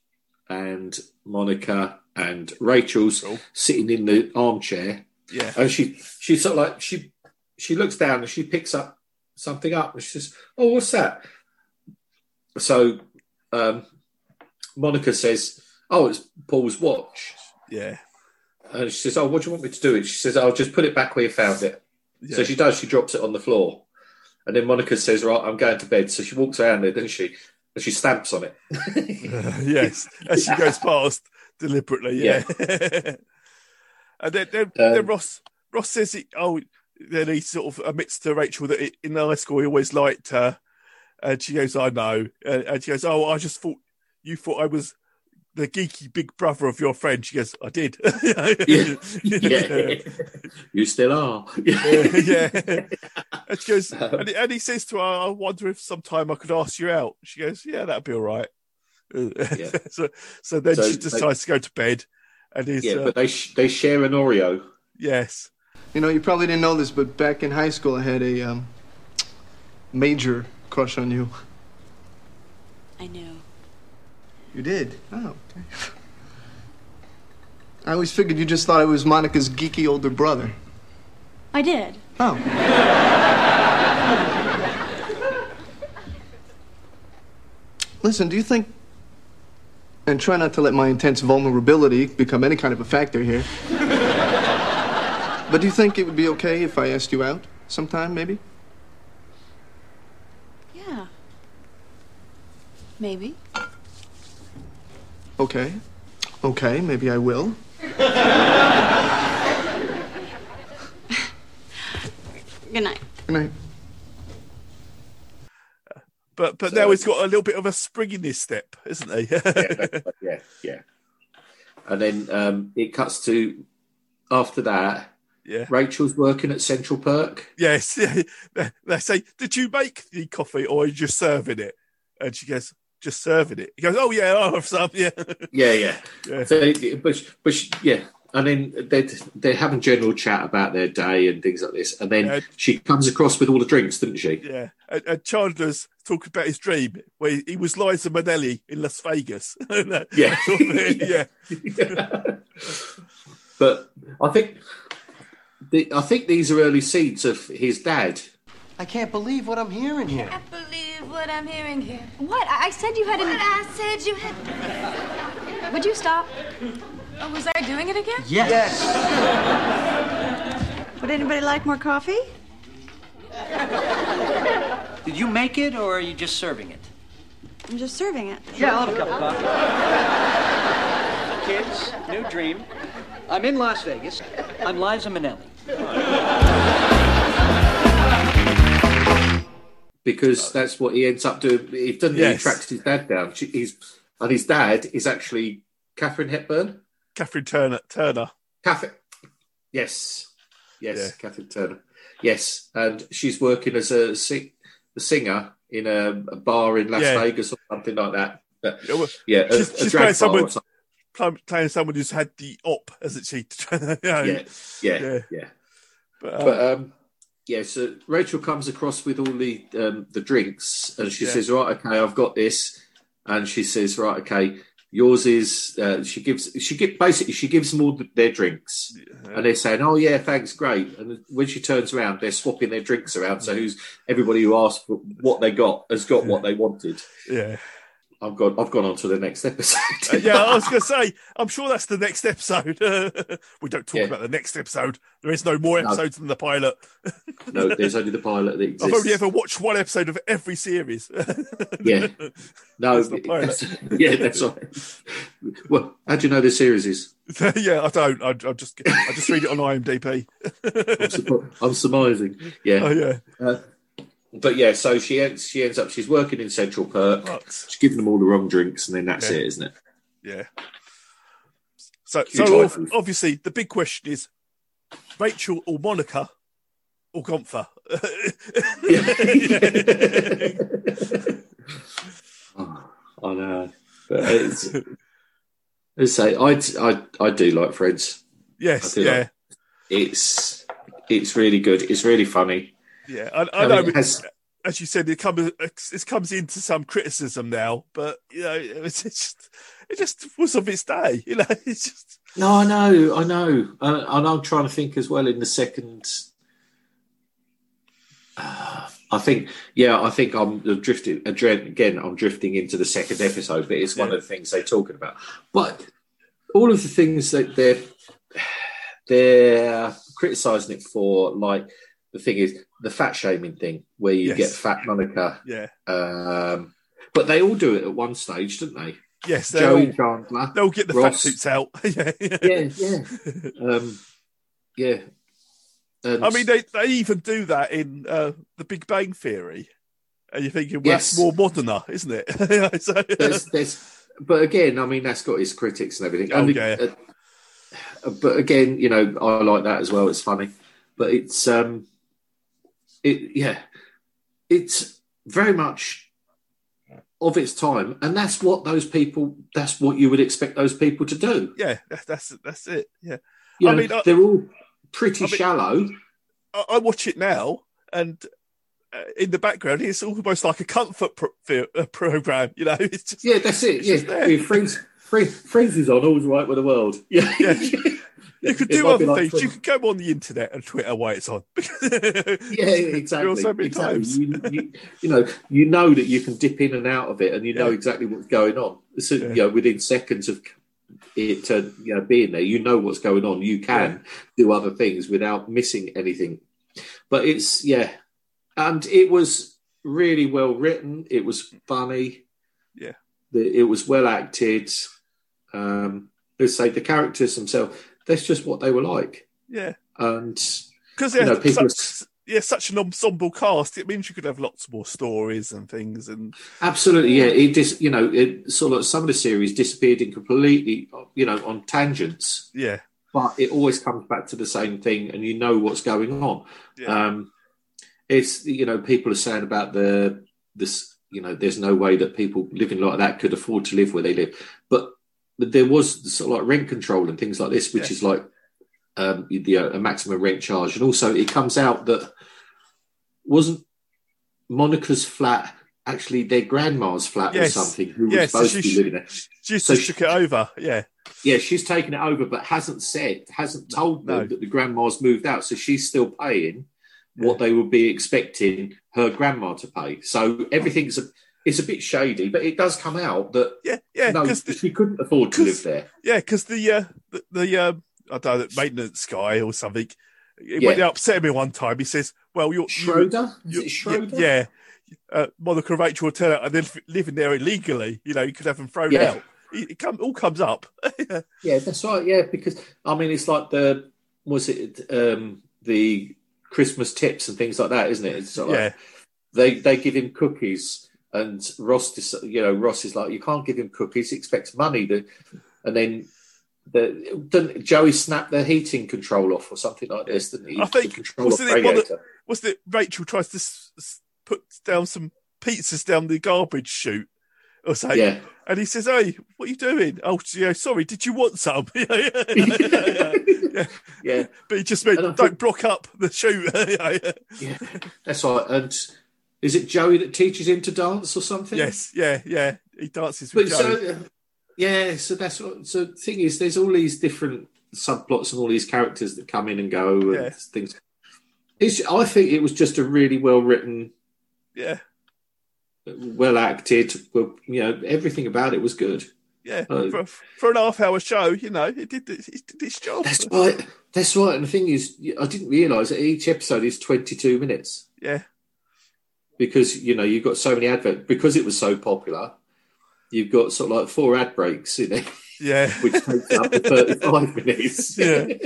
D: and Monica and Rachel's sitting in the armchair,
C: Yeah.
D: and she she sort of like she she looks down and she picks up something up, and she says, "Oh, what's that?" So um, Monica says, "Oh, it's Paul's watch,"
C: Yeah.
D: and she says, "Oh, what do you want me to do?" And she says, "I'll just put it back where you found it." So
C: Yeah.
D: she does. She drops it on the floor, and then Monica says, "Right, I'm going to bed." So she walks around there, doesn't she? And she stamps on it.
C: *laughs* yes, as she goes past deliberately. Yeah. *laughs* and then, then,
D: Um,
C: then Ross Ross says he oh then he sort of admits to Rachel that he- in high school he always liked her, and she goes I know, and, and she goes oh I just thought you thought I was the geeky big brother of your friend. She goes I did. *laughs*
D: Yeah. Yeah. *laughs* You still are. *laughs*
C: *laughs* yeah. And she goes,
D: Um,
C: and, he- and he says to her, "I wonder if sometime I could ask you out." She goes, "Yeah, that'd be all right." *laughs* so, so then
D: So
C: she
D: they-
C: decides to go to bed, and he's
D: Yeah,
C: uh,
D: but they sh- they share an Oreo.
C: yes,
I: You know, you probably didn't know this, but back in high school, I had a um, major crush on you.
E: I knew.
I: You did? Oh, okay. I always figured you just thought I was Monica's geeky older brother.
E: I did.
I: Oh. Listen, do you think. And try not to let my intense vulnerability become any kind of a factor here. but do you think it would be okay if I asked you out sometime, maybe?
E: Yeah. Maybe.
I: Okay. Okay, maybe I will.
E: Good night.
I: Good night.
C: but but now he's got a little bit of a spring in his step, isn't he? *laughs*
D: *laughs* yeah, yeah. And then um, it cuts to after that.
C: Yeah.
D: Rachel's working at Central Perk.
C: Yes, *laughs* they, they say, "Did you make the coffee, or are you just serving it?" And she goes, "Just serving it." He goes, "Oh yeah, I'll have some." *laughs* Yeah,
D: Yeah, yeah.
C: *laughs* Yeah.
D: So, but she- but she- yeah, and then they they're having general chat about their day and things like this, and then
C: Yeah.
D: she comes across with all the drinks, doesn't she?
C: yeah. And, and Chandler's talking about his dream where he, he was Liza Minnelli in Las Vegas. *laughs*
D: Yeah.
C: yeah,
D: *laughs* But I think the, I think these are early seeds of his dad.
F: I can't believe what I'm hearing here.
J: Believe what I'm hearing here. What? I, I said you had. What I said you had. Would you stop?
H: Oh, was I doing it again?
L: Would anybody like more coffee?
M: Did you make it or are you just serving it?
L: I'm just serving it.
M: Yeah, I'll have a cup of coffee. Kids, new dream. I'm in Las Vegas. I'm Liza Minnelli.
D: because that's what he ends up doing. He doesn't
C: Yes.
D: he tracks his dad down. She- He's and his dad is actually Catherine Hepburn,
C: Catherine Turner. Turner.
D: Catherine. Yes, yes, Catherine Turner. Yes, and she's working as a, sing- a singer in a, a bar in Las
C: Yeah.
D: Vegas or something like that. But, yeah, a,
C: she's,
D: a
C: she's
D: drag
C: playing
D: bar or
C: someone,
D: something.
C: playing- playing someone who's had the op, hasn't she? *laughs*
D: Yeah, yeah, yeah.
C: But, um,
D: But um, yeah, so Rachel comes across with all the um, the drinks, and she
C: Yeah.
D: says, "Right, okay, I've got this," and she says, "Right, okay, yours is." Uh, she gives she give basically she gives them all th- their drinks, and they're saying, "Oh yeah, thanks, great." And when she turns around, they're swapping their drinks around. So who's everybody who asked for what they got has got what they wanted.
C: yeah.
D: I've gone. I've gone on to the next episode.
C: Uh, yeah, I was going to say, I'm sure that's the next episode. *laughs* we don't talk about the next episode. There is no more
D: No.
C: episodes than the pilot.
D: *laughs* no, there's only the
C: *laughs*
D: pilot that exists.
C: I've only ever watched one episode of every series. *laughs*
D: Yeah. No,
C: That's the pilot.
D: that's- *laughs* yeah, that's right. Well, how do you know the series is?
C: yeah, I don't. I, I just I just read it on IMDb.
D: I'm, suppo- I'm surmising. Yeah.
C: Oh, yeah.
D: Uh, but yeah, so she ends, she ends up, she's working in Central Perk. She's giving them all the wrong drinks, and then that's
C: Yeah.
D: it, isn't it?
C: Yeah. So,
D: Huge
C: so
D: life
C: ob- obviously, the big question is Rachel or Monica or Gonther?
D: I know. But it's, as I say, I, I, I do like Friends.
C: *laughs* Yes,
D: I do like-
C: yeah.
D: it's it's really good. It's really funny.
C: Yeah, I, I,
D: I
C: know.
D: mean, it has-
C: as you said, it comes it comes into some criticism now, but you know, it's, it's just it just was of its day. You know, *laughs* it's just
D: No, I know, I know, and, and I'm trying to think as well. In the second, uh, I think, yeah, I think I'm drifting adre- again. I'm drifting into the second episode, but it's one of the things they're talking about. But all of the things that they're they're criticising it for, like the thing is the fat shaming thing, where you
C: Yes.
D: get fat Monica.
C: yeah,
D: Um, but they all do it at one stage, don't they?
C: yes. They'll,
D: Joey Chandler.
C: they'll get the fat
D: Ross.
C: suits out. *laughs* yeah, *laughs*
D: yeah, yeah. Um, yeah. And-
C: I mean, they, they even do that in uh, The Big Bang Theory, and you're thinking, well,
D: Yes.
C: that's more moderner, isn't it? *laughs* Yeah, so- uh,
D: there's, there's, but again, I mean, that's got his critics and everything.
C: Oh,
D: And it-
C: yeah.
D: uh, but again, you know, I like that as well. It's funny, but it's um, it yeah, it's very much of its time, and that's what those people. That's what you would expect those people to do.
C: yeah, that's that's that's it. Yeah,
D: You
C: I
D: know,
C: mean, I-
D: they're all pretty
C: I mean-
D: shallow.
C: I, I watch it now, and uh, in the background, it's almost like a comfort pro- fi- uh, program. You know, *laughs* it's just
D: Yeah, that's it.
C: it's
D: Yeah,
C: just there.
D: yeah freeze, freeze, freezes on. All's right with the world. *laughs* Yeah,
C: You could
D: It
C: do
D: might be
C: other
D: like
C: things.
D: Twitter.
C: You could go on the internet and Twitter while it's on. *laughs*
D: Yeah, exactly.
C: There are so many
D: exactly.
C: times.
D: You, you, you know, you know that you can dip in and out of it, and you know exactly what's going on. So, you know, within seconds of it, uh, you know, being there, you know what's going on. You can do other things without missing anything. But it's yeah, and it was really well written. It was funny.
C: Yeah.
D: The- It was well acted. Um, let's say the characters themselves. That's just what they were like,
C: Yeah,
D: and
C: because
D: you know, people.
C: such, yeah, such an ensemble cast. It means you could have lots more stories and things. And
D: Absolutely, yeah. It just you know, it sort of some of the series disappeared in completely, you know, on tangents,
C: yeah,
D: but it always comes back to the same thing, and you know what's going on. Um, it's you know, people are saying about the this, you know, there's no way that people living like that could afford to live where they live, but there was sort of like rent control and things like this, which
C: Yeah.
D: is like um, you know, a maximum rent charge, and also it comes out that wasn't Monica's flat actually their grandma's flat
C: Yes.
D: or something who
C: Yeah,
D: was
C: so
D: supposed
C: she
D: to be
C: sh-
D: living there.
C: just
D: So
C: took it over. Yeah,
D: Yeah, she's taken it over, but hasn't said, hasn't told them
C: No.
D: that the grandma's moved out, so she's still paying what they would be expecting her grandma to pay. So everything's a, it's a bit shady, but it does come out that
C: yeah, yeah,
D: no,
C: 'cause the-
D: she couldn't afford to live there.
C: yeah, because the uh, the, the uh, I don't know, that maintenance guy or something. It
D: Yeah.
C: went upset me one time. He says, "Well, you're
D: Schroeder? Is
C: you're-
D: it Schroeder?
C: Yeah, uh, Monica and Rachel will turn out and they're living there illegally. You know, you could have them thrown
D: Yeah.
C: out. It, it come, all comes up. *laughs*
D: Yeah, that's right. Yeah, because I mean, it's like the was it um, the Christmas tips and things like that, isn't it? It's sort of like,
C: Yeah.
D: they they give him cookies, and Ross, dis- you know, Ross is like, you can't give him cookies. He expects money, the, and then the doesn't Joey snap the heating control off or something like this. Didn't he?
C: I think
D: The control off
C: wasn't it, one that,
D: radiator.
C: wasn't it Rachel tries to s- s- put down some pizzas down the garbage chute or something?
D: Yeah.
C: And he says, "Hey, what are you doing? Oh, you know, sorry, did you want
D: *laughs*
C: some? *laughs* yeah,
D: yeah.
C: But he just meant, don't block up the *laughs* chute.
D: yeah, that's right. And is it Joey that teaches him to dance or something?
C: Yes, yeah, yeah. He dances
D: But
C: with
D: so,
C: Joe.
D: yeah, so that's what. So the thing is, there's all these different subplots and all these characters that come in and go and
C: Yeah.
D: things. It's, I think it was just a really well written,
C: Yeah,
D: well acted. Well, you know, everything about it was good.
C: yeah.
D: Uh,
C: for, for an half hour show, you know, it did, it did its job.
D: That's right. That's right. And the thing is, I didn't realise that each episode is 22 minutes.
C: Yeah.
D: because you know you've got so many advert because it was so popular. You've got sort of like four ad breaks in it,
C: Yeah.
D: which
C: *laughs*
D: takes up to thirty-five minutes.
C: Yeah.
D: *laughs*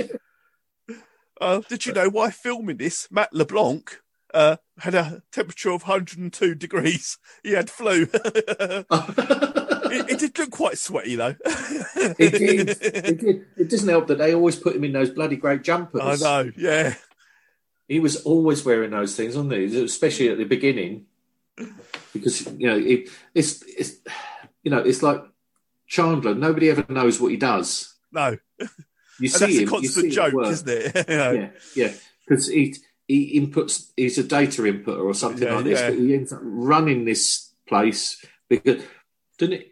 C: Uh, did you know why filming this, Matt LeBlanc uh, had a temperature of 102 degrees? *laughs* He had flu. it, it did look quite sweaty, though. *laughs*
D: It, did, it did. It doesn't help that they always put him in those bloody great
C: I
D: jumpers.
C: know, yeah.
D: He was always wearing those things, wasn't he? Especially at the beginning, because you know it, it's it's you know it's like Chandler. Nobody ever knows what he does.
C: No.
D: You
C: and
D: see
C: that's
D: him,
C: a
D: you
C: constant
D: see him
C: joke,
D: work.
C: isn't it? *laughs* You know?
D: yeah, yeah. Because he he inputs he's a data inputter or something
C: Yeah,
D: like this,
C: yeah.
D: but he ends up running this place because doesn't it?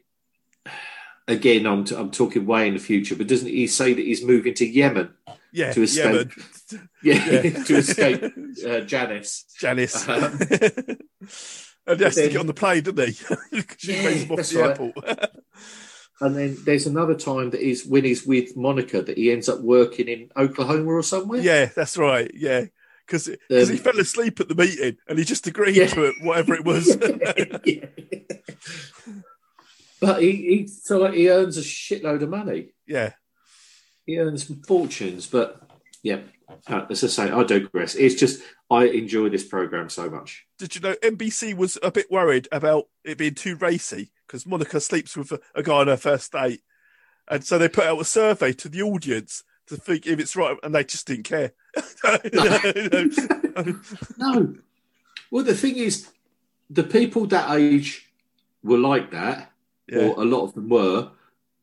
D: Again, I'm t- I'm talking way in the future, but doesn't he say that he's moving to Yemen? *laughs*
C: Yeah,
D: to escape. Yeah,
C: Yeah.
D: *laughs* to escape
C: *laughs*
D: uh, Janice.
C: Janice.
D: Um,
C: *laughs* and he has to
D: then-
C: get on the plane, doesn't he? *laughs* 'Cause she
D: Yeah,
C: brings him off
D: that's
C: the
D: right.
C: airport. *laughs*
D: and then there's another time that he's when he's with Monica that he ends up working in Oklahoma or somewhere. *laughs*
C: Yeah, that's right. Yeah. Because he
D: Um,
C: fell asleep at the meeting and he just agreed to it, whatever it
D: *laughs*
C: was.
D: But he he, so like he earns a shitload of money.
C: *laughs* yeah.
D: he earns fortunes, but yeah, uh, as I say, I digress. It's just I enjoy this program so much.
C: Did you know NBC was a bit worried about it being too racy because Monica sleeps with a, a guy on her first date, and so they put out a survey to the audience to think if it's right, and they just didn't
D: *laughs*
C: care. *laughs*
D: No, well, the thing is, the people that age were like that, or a lot of them were.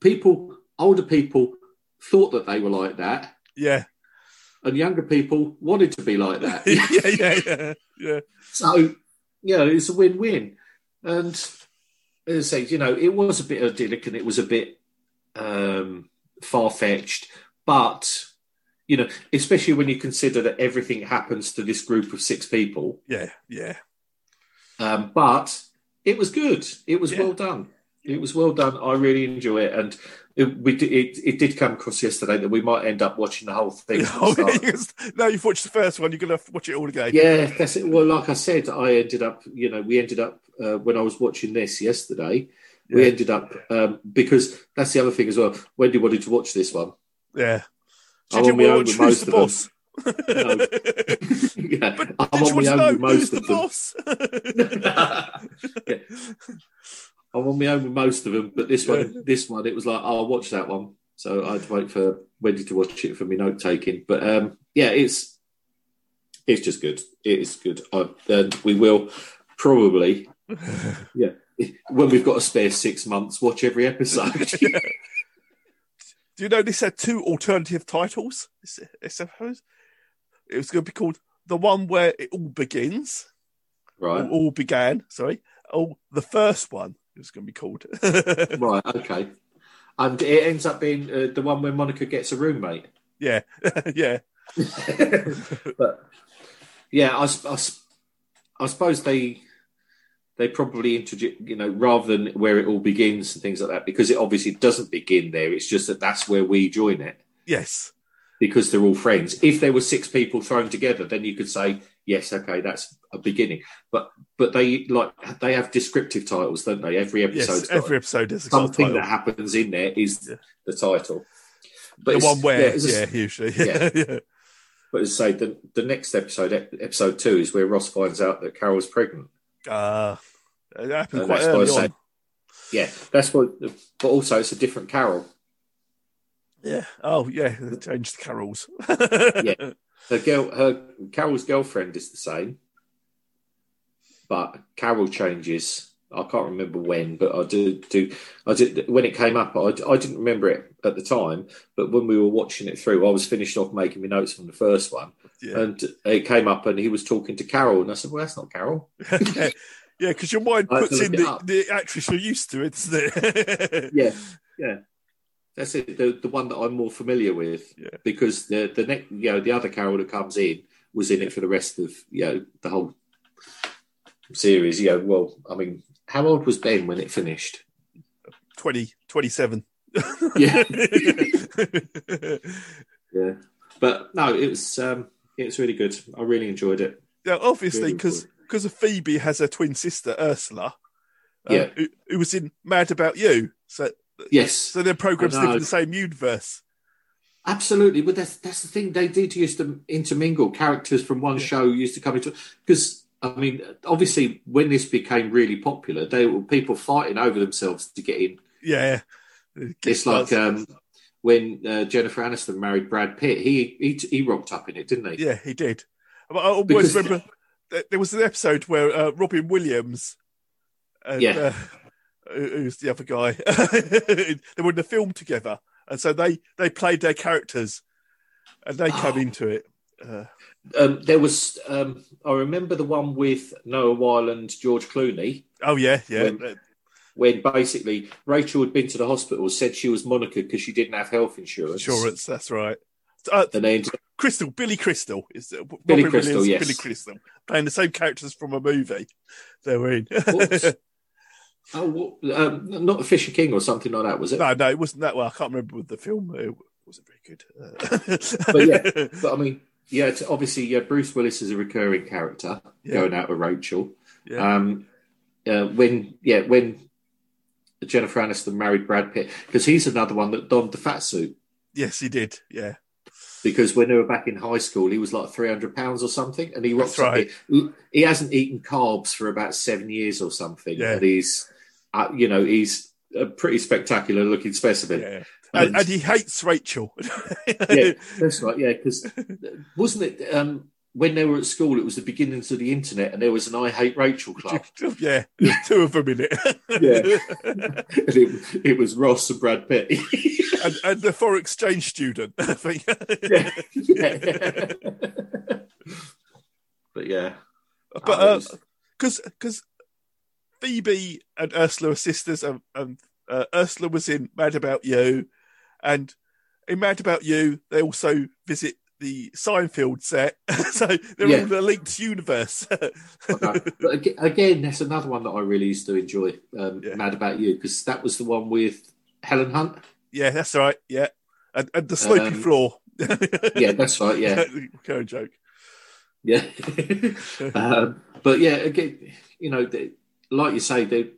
D: People, older people, thought that they were like that,
C: yeah, *laughs*
D: and younger people wanted to be like that.
C: yeah, yeah, yeah, yeah.
D: So, you know, it's a win win. And as I say, you know, it was a bit idyllic and it was a bit um, far fetched. But, you know, especially when you consider that everything happens to this group of six people.
C: Yeah, yeah.
D: Um, but it was good. It was well done. It was well done. I really enjoy it. And it, we, di- it, it did come across yesterday that we might end up watching the whole thing. from
C: *laughs*
D: the
C: Oh,
D: start.
C: because now you've watched the first one, you're gonna have to watch it all again.
D: Yeah, that's it. Well, like I said, I ended up, you know, we ended up uh, when I was watching this yesterday. We
C: Yeah.
D: ended up um, because that's the other thing as well. Wendy wanted to watch this one.
C: yeah.
D: I'm
C: Did you
D: on my own
C: watch
D: with
C: Who's
D: most
C: the
D: of them.
C: Boss? *laughs*
D: *laughs* Yeah,
C: Did
D: I'm
C: you want
D: on my
C: to
D: own
C: know
D: with
C: who's
D: most
C: the
D: of them.
C: boss? *laughs*
D: *laughs* I'm on my own with most of them, but this one, this one, it was like, oh, I'll watch that one. So I had to wait for Wendy to watch it for me note taking. But um, yeah, it's it's just good. It is good. I, then we will probably, yeah, when we've got a spare six months, watch every episode.
C: Do you know this had two alternative titles? It's- I suppose it was going to be called the one where it all begins,
D: Right.
C: Or all began. Sorry, oh, the first one. It was going to be called. *laughs*
D: right. Okay. And it ends up being uh, the one where Monica gets a roommate.
C: yeah, *laughs* yeah,
D: but yeah, I, s- I s- I suppose they they probably introduce you know rather than where it all begins and things like that because it obviously doesn't begin there. It's just that that's where we join it.
C: yes.
D: because they're all friends. If there were six people thrown together, then you could say, yes, okay, that's a beginning. But but they like they have descriptive titles, don't they? Every
C: Yes,
D: episode,
C: every episode has a got a
D: something
C: title.
D: that happens in there is the title.
C: the
D: it's-
C: one where,
D: it's
C: yeah,
D: a-
C: usually. *laughs*
D: yeah.
C: yeah.
D: But as I say, the, the next episode, ep- episode two, is where Ross finds out that Carol's pregnant.
C: Uh, it happened
D: And
C: quite
D: that's why I
C: early
D: say-
C: on.
D: Yeah, that's what. But also, it's a different Carol.
C: Yeah. Oh, yeah. They changed the carols. *laughs*
D: yeah, her girl, her Carol's girlfriend is the same, but Carol changes. I can't remember when, but I do do. I did when it came up. I, I didn't remember it at the time, but when we were watching it through, I was finished off making my notes from the first one,
C: Yeah.
D: and it came up, and he was talking to Carol, and I said, "Well, that's not Carol."
C: *laughs* yeah, because your mind
D: I had to
C: puts
D: look
C: in
D: it
C: the,
D: up.
C: the actress you're used to, isn't it? *laughs*
D: yeah, yeah. That's it. The, the one that I'm more familiar with because the the next, you know, the other Carol that comes in was in it for the rest of you know the whole series. You know, well, I mean, how old was Ben when it finished?
C: 20, 27.
D: Yeah, yeah. But no, it was um, it was really good. I really enjoyed it.
C: *laughs* Now, obviously,
D: Really
C: because Phoebe has her twin sister Ursula, uh,
D: Yeah.
C: who, who was in Mad About You. So
D: Yes.
C: so their programs
D: I
C: live
D: know.
C: in the same universe.
D: Absolutely, but that's that's the thing. They did used to intermingle characters from one show used to come into because I mean, obviously, when this became really popular, there were people fighting over themselves to get in.
C: Yeah,
D: It's like um, when uh, Jennifer Aniston married Brad Pitt. He he he rocked up in it, didn't he?
C: yeah, he did. But I always
D: Because-
C: remember that there was an episode where uh, Robin Williams, and,
D: Yeah.
C: uh, who- who's the other guy, *laughs* they were in the film together, and so they they played their characters, and they come
D: Oh.
C: into it. Uh,
D: Um, there was um, I remember the one with Noah Weil and George Clooney.
C: oh yeah, yeah.
D: When- when basically Rachel had been to the hospital, said she was Monica because she didn't have health insurance.
C: Insurance, that's right. Uh,
D: And they ended
C: Crystal, Billy Crystal is uh,
D: Billy
C: Robin
D: Crystal,
C: Williams,
D: yes.
C: Billy Crystal playing the same characters from a movie they were in. *laughs*
D: Oh, what, um, not Fisher King or something like that, was it?
C: no, no, it wasn't that well. I can't remember with the film. It wasn't very good. Uh,
D: But yeah, but I mean, yeah, it's obviously, yeah, Bruce Willis is a recurring character
C: Yeah.
D: going out with Rachel.
C: Yeah.
D: Um, uh, when, yeah, when Jennifer Aniston married Brad Pitt, because he's another one that donned the fat suit.
C: *laughs* yes, he did. Yeah,
D: Because when they were back in high school, he was like 300 pounds or something, and he rocks
C: That's
D: up
C: right.
D: here. He hasn't eaten carbs for about seven years or something.
C: Yeah.
D: And he's, uh, you know, he's a pretty spectacular looking specimen.
C: yeah. And, and he hates Rachel. *laughs*
D: yeah, that's right. Yeah, because wasn't it um, when they were at school? It was the beginnings of the internet, and there was an "I Hate
C: *laughs*
D: Rachel" club. *laughs*
C: yeah, there's two of them in it.
D: yeah, and it, it was Ross and Brad Pitt.
C: *laughs*
D: *laughs*
C: and, and the foreign exchange student. *laughs* I think.
D: but yeah, Oh, it
C: but
D: was-
C: because because Phoebe and Ursula are sisters, and, and uh, Ursula was in Mad About You, and in Mad About You they also visit the Seinfeld set, *laughs* so they're
D: Yeah.
C: all in a linked universe. *laughs*
D: Okay. But aga- again, that's another one that I really used to enjoy. Um, Mad about you because that was the one with Helen Hunt.
C: yeah, that's right. Yeah, and, and the slopey
D: Um,
C: floor. *laughs*
D: yeah, that's right, yeah.
C: Recurring joke.
D: Yeah. um, but yeah, again, you know, they, like you say, they,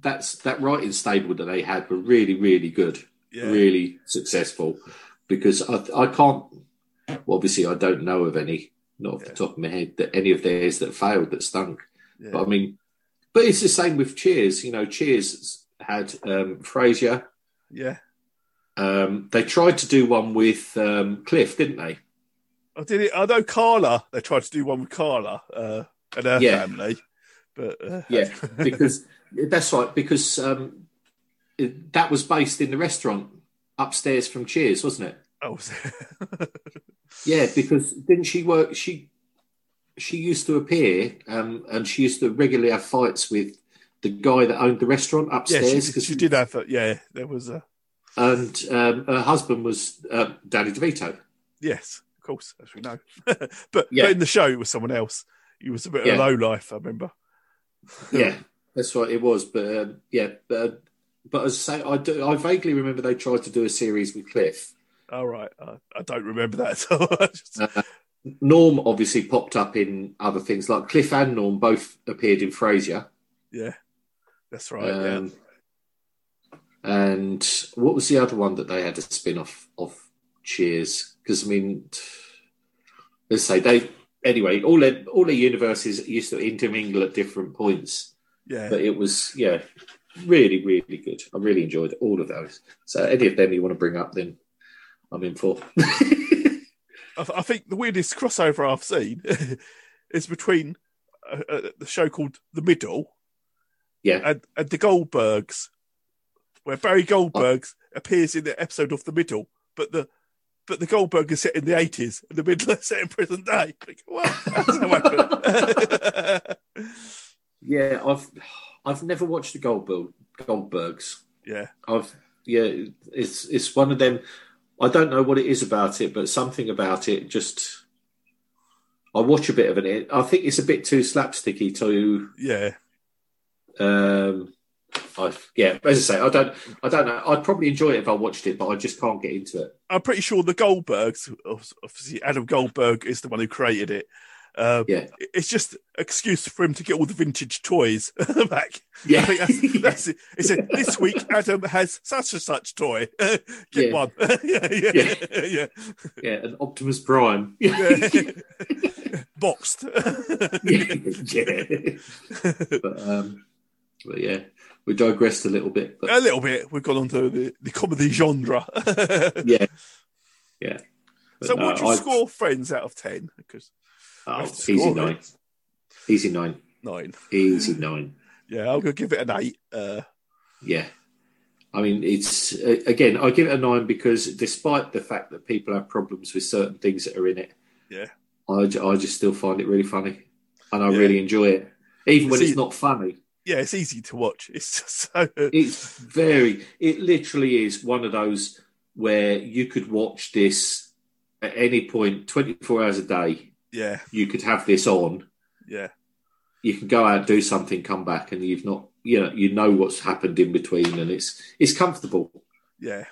D: that's that writing stable that they had were really, really good,
C: Yeah.
D: really successful. Because I, I can't, well, obviously, I don't know of any, not off the top of my head, that any of theirs that failed that stunk.
C: Yeah.
D: But I mean, but it's the same with Cheers. You know, Cheers had um, Frasier.
C: Yeah.
D: Um, they tried to do one with um, Cliff, didn't they?
C: I did it. I know Carla. They tried to do one with Carla uh, and her
D: Yeah.
C: family, but uh,
D: yeah, *laughs* because that's right. Because um, it, that was based in the restaurant upstairs from Cheers, wasn't it?
C: oh,
D: Yeah, because didn't she work? She she used to appear, um, and she used to regularly have fights with the guy that owned the restaurant
C: *laughs* yeah, she,
D: upstairs.
C: she did have. a- Yeah, there was a
D: and um, her husband was uh, Danny DeVito.
C: yes, of course, as we know. *laughs* but, but
D: Yeah.
C: in the show, it was someone else. He was a bit of
D: Yeah.
C: a low life. I remember.
D: yeah, that's right. It was, but um, yeah, but, but as I say, I do. I vaguely remember they tried to do a series with Cliff.
C: All right, I, I don't remember that. So *laughs* I just,
D: Uh, Norm obviously popped up in other things like Cliff and Norm both appeared in Frasier.
C: yeah, that's right.
D: Um, And what was the other one that they had a spin off of Cheers? Because I mean, t- let's say they anyway. All their all their universes used to intermingle at different points,
C: yeah,
D: but it was yeah, really really good. I really enjoyed all of those. So any of them you want to bring up, then I'm in for. *laughs*
C: I, I think the weirdest crossover I've seen *laughs* is between uh, uh, the show called The Middle,
D: yeah,
C: and, and the Goldbergs, where Barry Goldbergs
D: Oh.
C: appears in the episode of The Middle, but the but the Goldberg is set in the eighties, and the middle *laughs* is set in present day. Like, what? That's how happened.
D: Yeah, I've I've never watched the Goldberg Goldbergs.
C: *laughs* yeah,
D: I've yeah, it's it's one of them. I don't know what it is about it, but something about it just. I watch a bit of it. I think it's a bit too slapsticky to.
C: yeah.
D: Um, I yeah, as I say, I don't I don't know. I'd probably enjoy it if I watched it, but I just can't get into it.
C: I'm pretty sure the Goldbergs, obviously Adam Goldberg is the one who created it. Um,
D: Yeah.
C: it's just excuse for him to get all the vintage toys *laughs* back.
D: Yeah.
C: *laughs* I think that's,
D: *laughs*
C: that's it. It said this week Adam has such and such toy. *laughs* get
D: Yeah.
C: one. *laughs* yeah, yeah, yeah, *laughs* yeah.
D: Yeah, an Optimus Prime. *laughs*
C: Boxed. *laughs*
D: yeah. yeah. but, um, but yeah, we digressed a little bit. But
C: A little bit. We've gone on to the, the comedy genre. *laughs*
D: yeah, yeah. But
C: Uh, so,
D: no,
C: would you
D: I-
C: score Friends out of ten? Because I
D: Oh,
C: have to
D: easy
C: score
D: nine.
C: it.
D: Easy nine.
C: Nine.
D: Easy nine.
C: Yeah, I'll go give it an eight. Uh,
D: Yeah. I mean, it's uh, again, I give it a nine because despite the fact that people have problems with certain things that are in it,
C: yeah,
D: I, ju- I just still find it really funny and I really enjoy it, even when
C: See-
D: it's not funny.
C: yeah. It's easy to watch. *laughs* It's just so.
D: It's very, it literally is one of those where you could watch this at any point, 24 hours a day.
C: Yeah,
D: You could have this on
C: yeah.
D: you can go out do something, come back, and you've not you know you know what's happened in between, and it's it's comfortable.
C: yeah.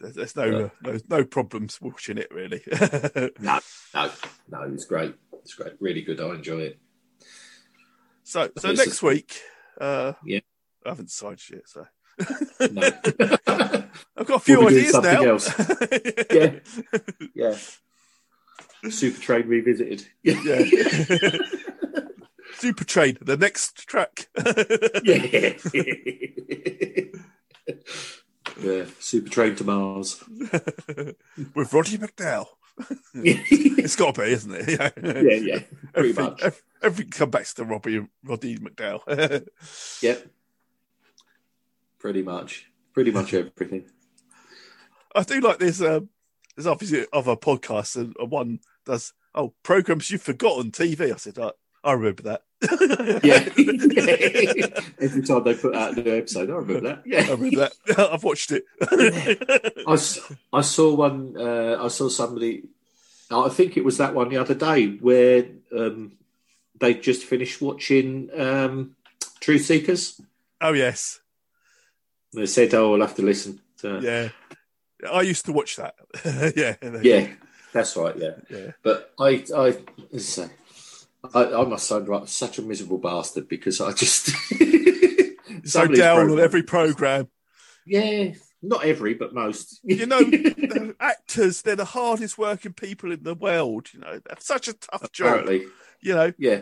C: There's, there's no,
D: Yeah.
C: uh, no no problems watching it really. *laughs*
D: No, no, no, it's great. It's great, really good. I enjoy it.
C: so so
D: It's
C: next
D: just-
C: week, uh,
D: Yeah.
C: I haven't decided yet. So
D: No.
C: *laughs* I've got a few
D: We'll be doing
C: ideas
D: something
C: now. *laughs*
D: else. yeah, yeah. Super Train revisited.
C: *laughs*
D: *laughs*
C: yeah. Super Train, the next track.
D: yeah, yeah. Super Train to Mars.
C: *laughs* With Roddy McDowell. it's got to be, isn't it? *laughs* Yeah,
D: Yeah, yeah, pretty
C: Everything,
D: much.
C: ev- everything come back to Robbie, Roddy McDowell. *laughs*
D: Yep, pretty much, pretty much everything.
C: I do like this. Um, there's obviously other podcasts, and one does oh programs you've forgotten TV. I said I, I remember that.
D: *laughs* Yeah. *laughs* Every time they put out a new episode, I remember that. Yeah.
C: *laughs* I remember that. *laughs* I've watched it.
D: I, s- I saw one. Uh, I saw somebody. I think it was that one the other day where um, they just finished watching um, Truth Seekers.
C: *laughs* oh yes,
D: They said, "Oh, I'll have to listen." To
C: yeah. I used to watch that. *laughs* yeah,
D: yeah, that's right. Yeah,
C: Yeah.
D: But I, I, let's say, I, I must sound right, such a miserable bastard because I just *laughs*
C: So
D: Somebody's
C: down
D: broke.
C: on every program.
D: yeah, not every but most.
C: You
D: *laughs*
C: know, the actors, they're the hardest working people in the world. You know, that's such a tough job.
D: Apparently,
C: You know,
D: yeah,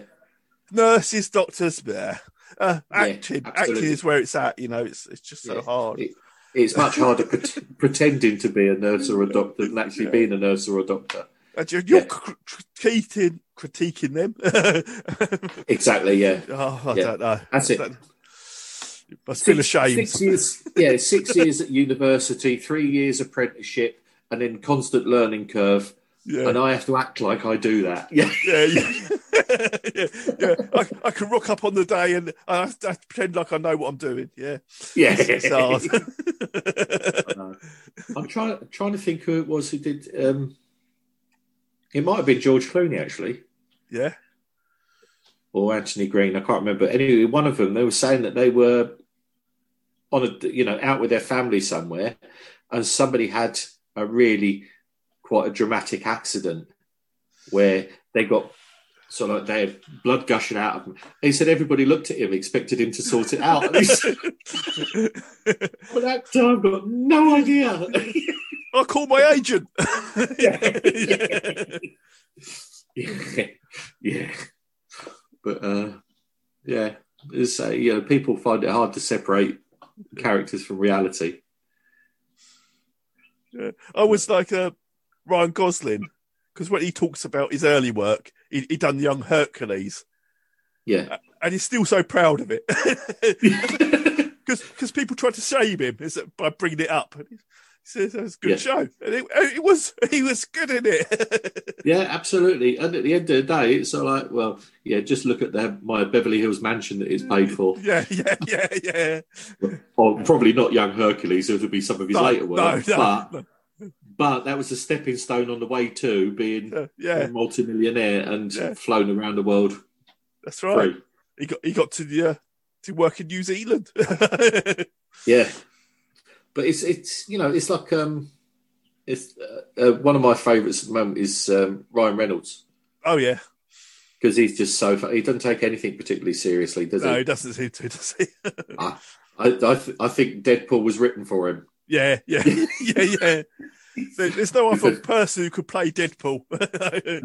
C: nurses, doctors, there. Uh, acting, acting
D: absolutely.
C: is where it's at. You know, it's it's just so hard.
D: It- it's much harder pret- *laughs* pretending to be a nurse or a doctor than actually being a nurse or a doctor.
C: And you're, you're cr- cr- critiquing, critiquing them.
D: Exactly, yeah.
C: *laughs* oh, I
D: Yeah.
C: don't know.
D: That's it.
C: That- must feel ashamed.
D: Six years,
C: *laughs*
D: yeah, six years at university, three years apprenticeship, and then constant learning curve.
C: Yeah.
D: And I have to act like I do that. Yeah,
C: *laughs* Yeah, yeah, *laughs* yeah, yeah. I, I can rock up on the day and I have to, I have to pretend like I know what I'm doing. Yeah,
D: *laughs* Yeah.
C: It's- it's
D: *laughs*
C: hard.
D: I'm trying trying to think who it was who did. Um, it might have been George Clooney actually,
C: yeah,
D: or Anthony Green. I can't remember. Anyway, one of them they were saying that they were on a you know out with their family somewhere, and somebody had a really quite a dramatic accident where they got sort of they had blood gushing out of them. He said everybody looked at him, expected him to sort it out. And he said, But that time, got no idea. *laughs*
C: I called my agent.
D: yeah, yeah. But uh, yeah, it's, uh, you know, people find it hard to separate characters from reality.
C: Yeah. I was like uh, Ryan Gosling because when he talks about his early work, he he done Young Hercules,
D: Yeah,
C: and he's still so proud of it *laughs* Uh, because people tried to shame him is that by bringing it up. And he says that was a good
D: Yeah.
C: show, and it, and it was he was good in it.
D: *laughs*
C: *laughs*
D: yeah, absolutely. And at the end of the day, it's sort of like, well, yeah, just look at the, my Beverly Hills mansion that he's paid for.
C: yeah, yeah, yeah, yeah.
D: Or probably not Young Hercules, it would be some of his
C: No, no,
D: later work.
C: no,
D: but, but that was a stepping stone on the way to being
C: yeah.
D: a multimillionaire and
C: Yeah.
D: flown around the world.
C: That's right.
D: Free.
C: He got he got to the uh, to work in New Zealand. *laughs*
D: Yeah, but it's it's you know it's like um it's uh, uh, one of my favourites at the moment is um, Ryan Reynolds
C: oh yeah,
D: because he's just so fu- he doesn't take anything particularly seriously, does
C: no,
D: he?
C: he doesn't seem to, does he? *laughs*
D: I I, I, th- I think Deadpool was written for him.
C: yeah,
D: *laughs*
C: yeah, yeah, yeah. There- There's no other person who could play Deadpool.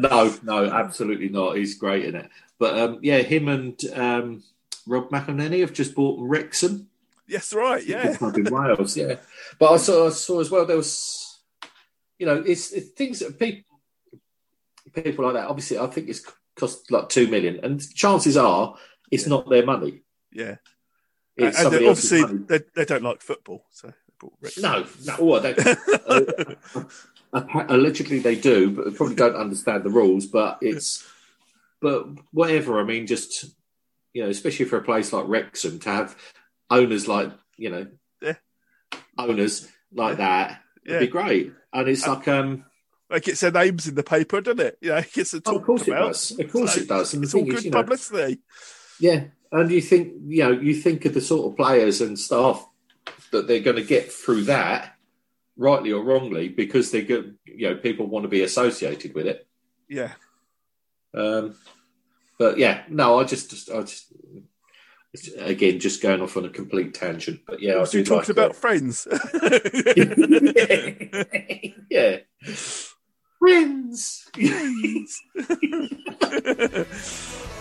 C: *laughs*
D: No, no, absolutely not. He's great in it. But um, yeah, him and um, Rob McElhenney have just bought Wrexham.
C: Yes, right. Yeah,
D: Club in Wales, yeah. But I saw, I saw as well there was, you know, it's, it's things that people people like that. Obviously, I think it's cost like two million, and chances are it's not their money.
C: yeah. And,
D: It's
C: and
D: somebody
C: they-
D: else's
C: obviously,
D: money.
C: they, they don't like football, so they bought Rick.
D: No, no. Well, they, uh, appa- allegedly they do, but they probably don't understand the rules. But it's, but whatever. I mean, just you know, especially for a place like Wrexham to have owners like you know,
C: Yeah.
D: owners like that would be
C: Yeah. Uh,
D: great. And it's like, um,
C: It gets their names in the paper, doesn't it? You know, it gets to
D: Oh,
C: talk
D: of course it
C: about.
D: does. Of course
C: So
D: it does. And the
C: It's all
D: thing is,
C: good
D: you know-
C: publicity.
D: yeah. And you think you know, you think of the sort of players and staff that they're going to get through that, rightly or wrongly, because they get you know people want to be associated with it.
C: Yeah,
D: Um, but yeah, no, I just, just, I just, it's- again, just going off on a complete tangent. But yeah, I
C: Was you
D: do
C: talking
D: like uh,
C: about friends? *laughs*
D: *laughs* it. *laughs* yeah, friends.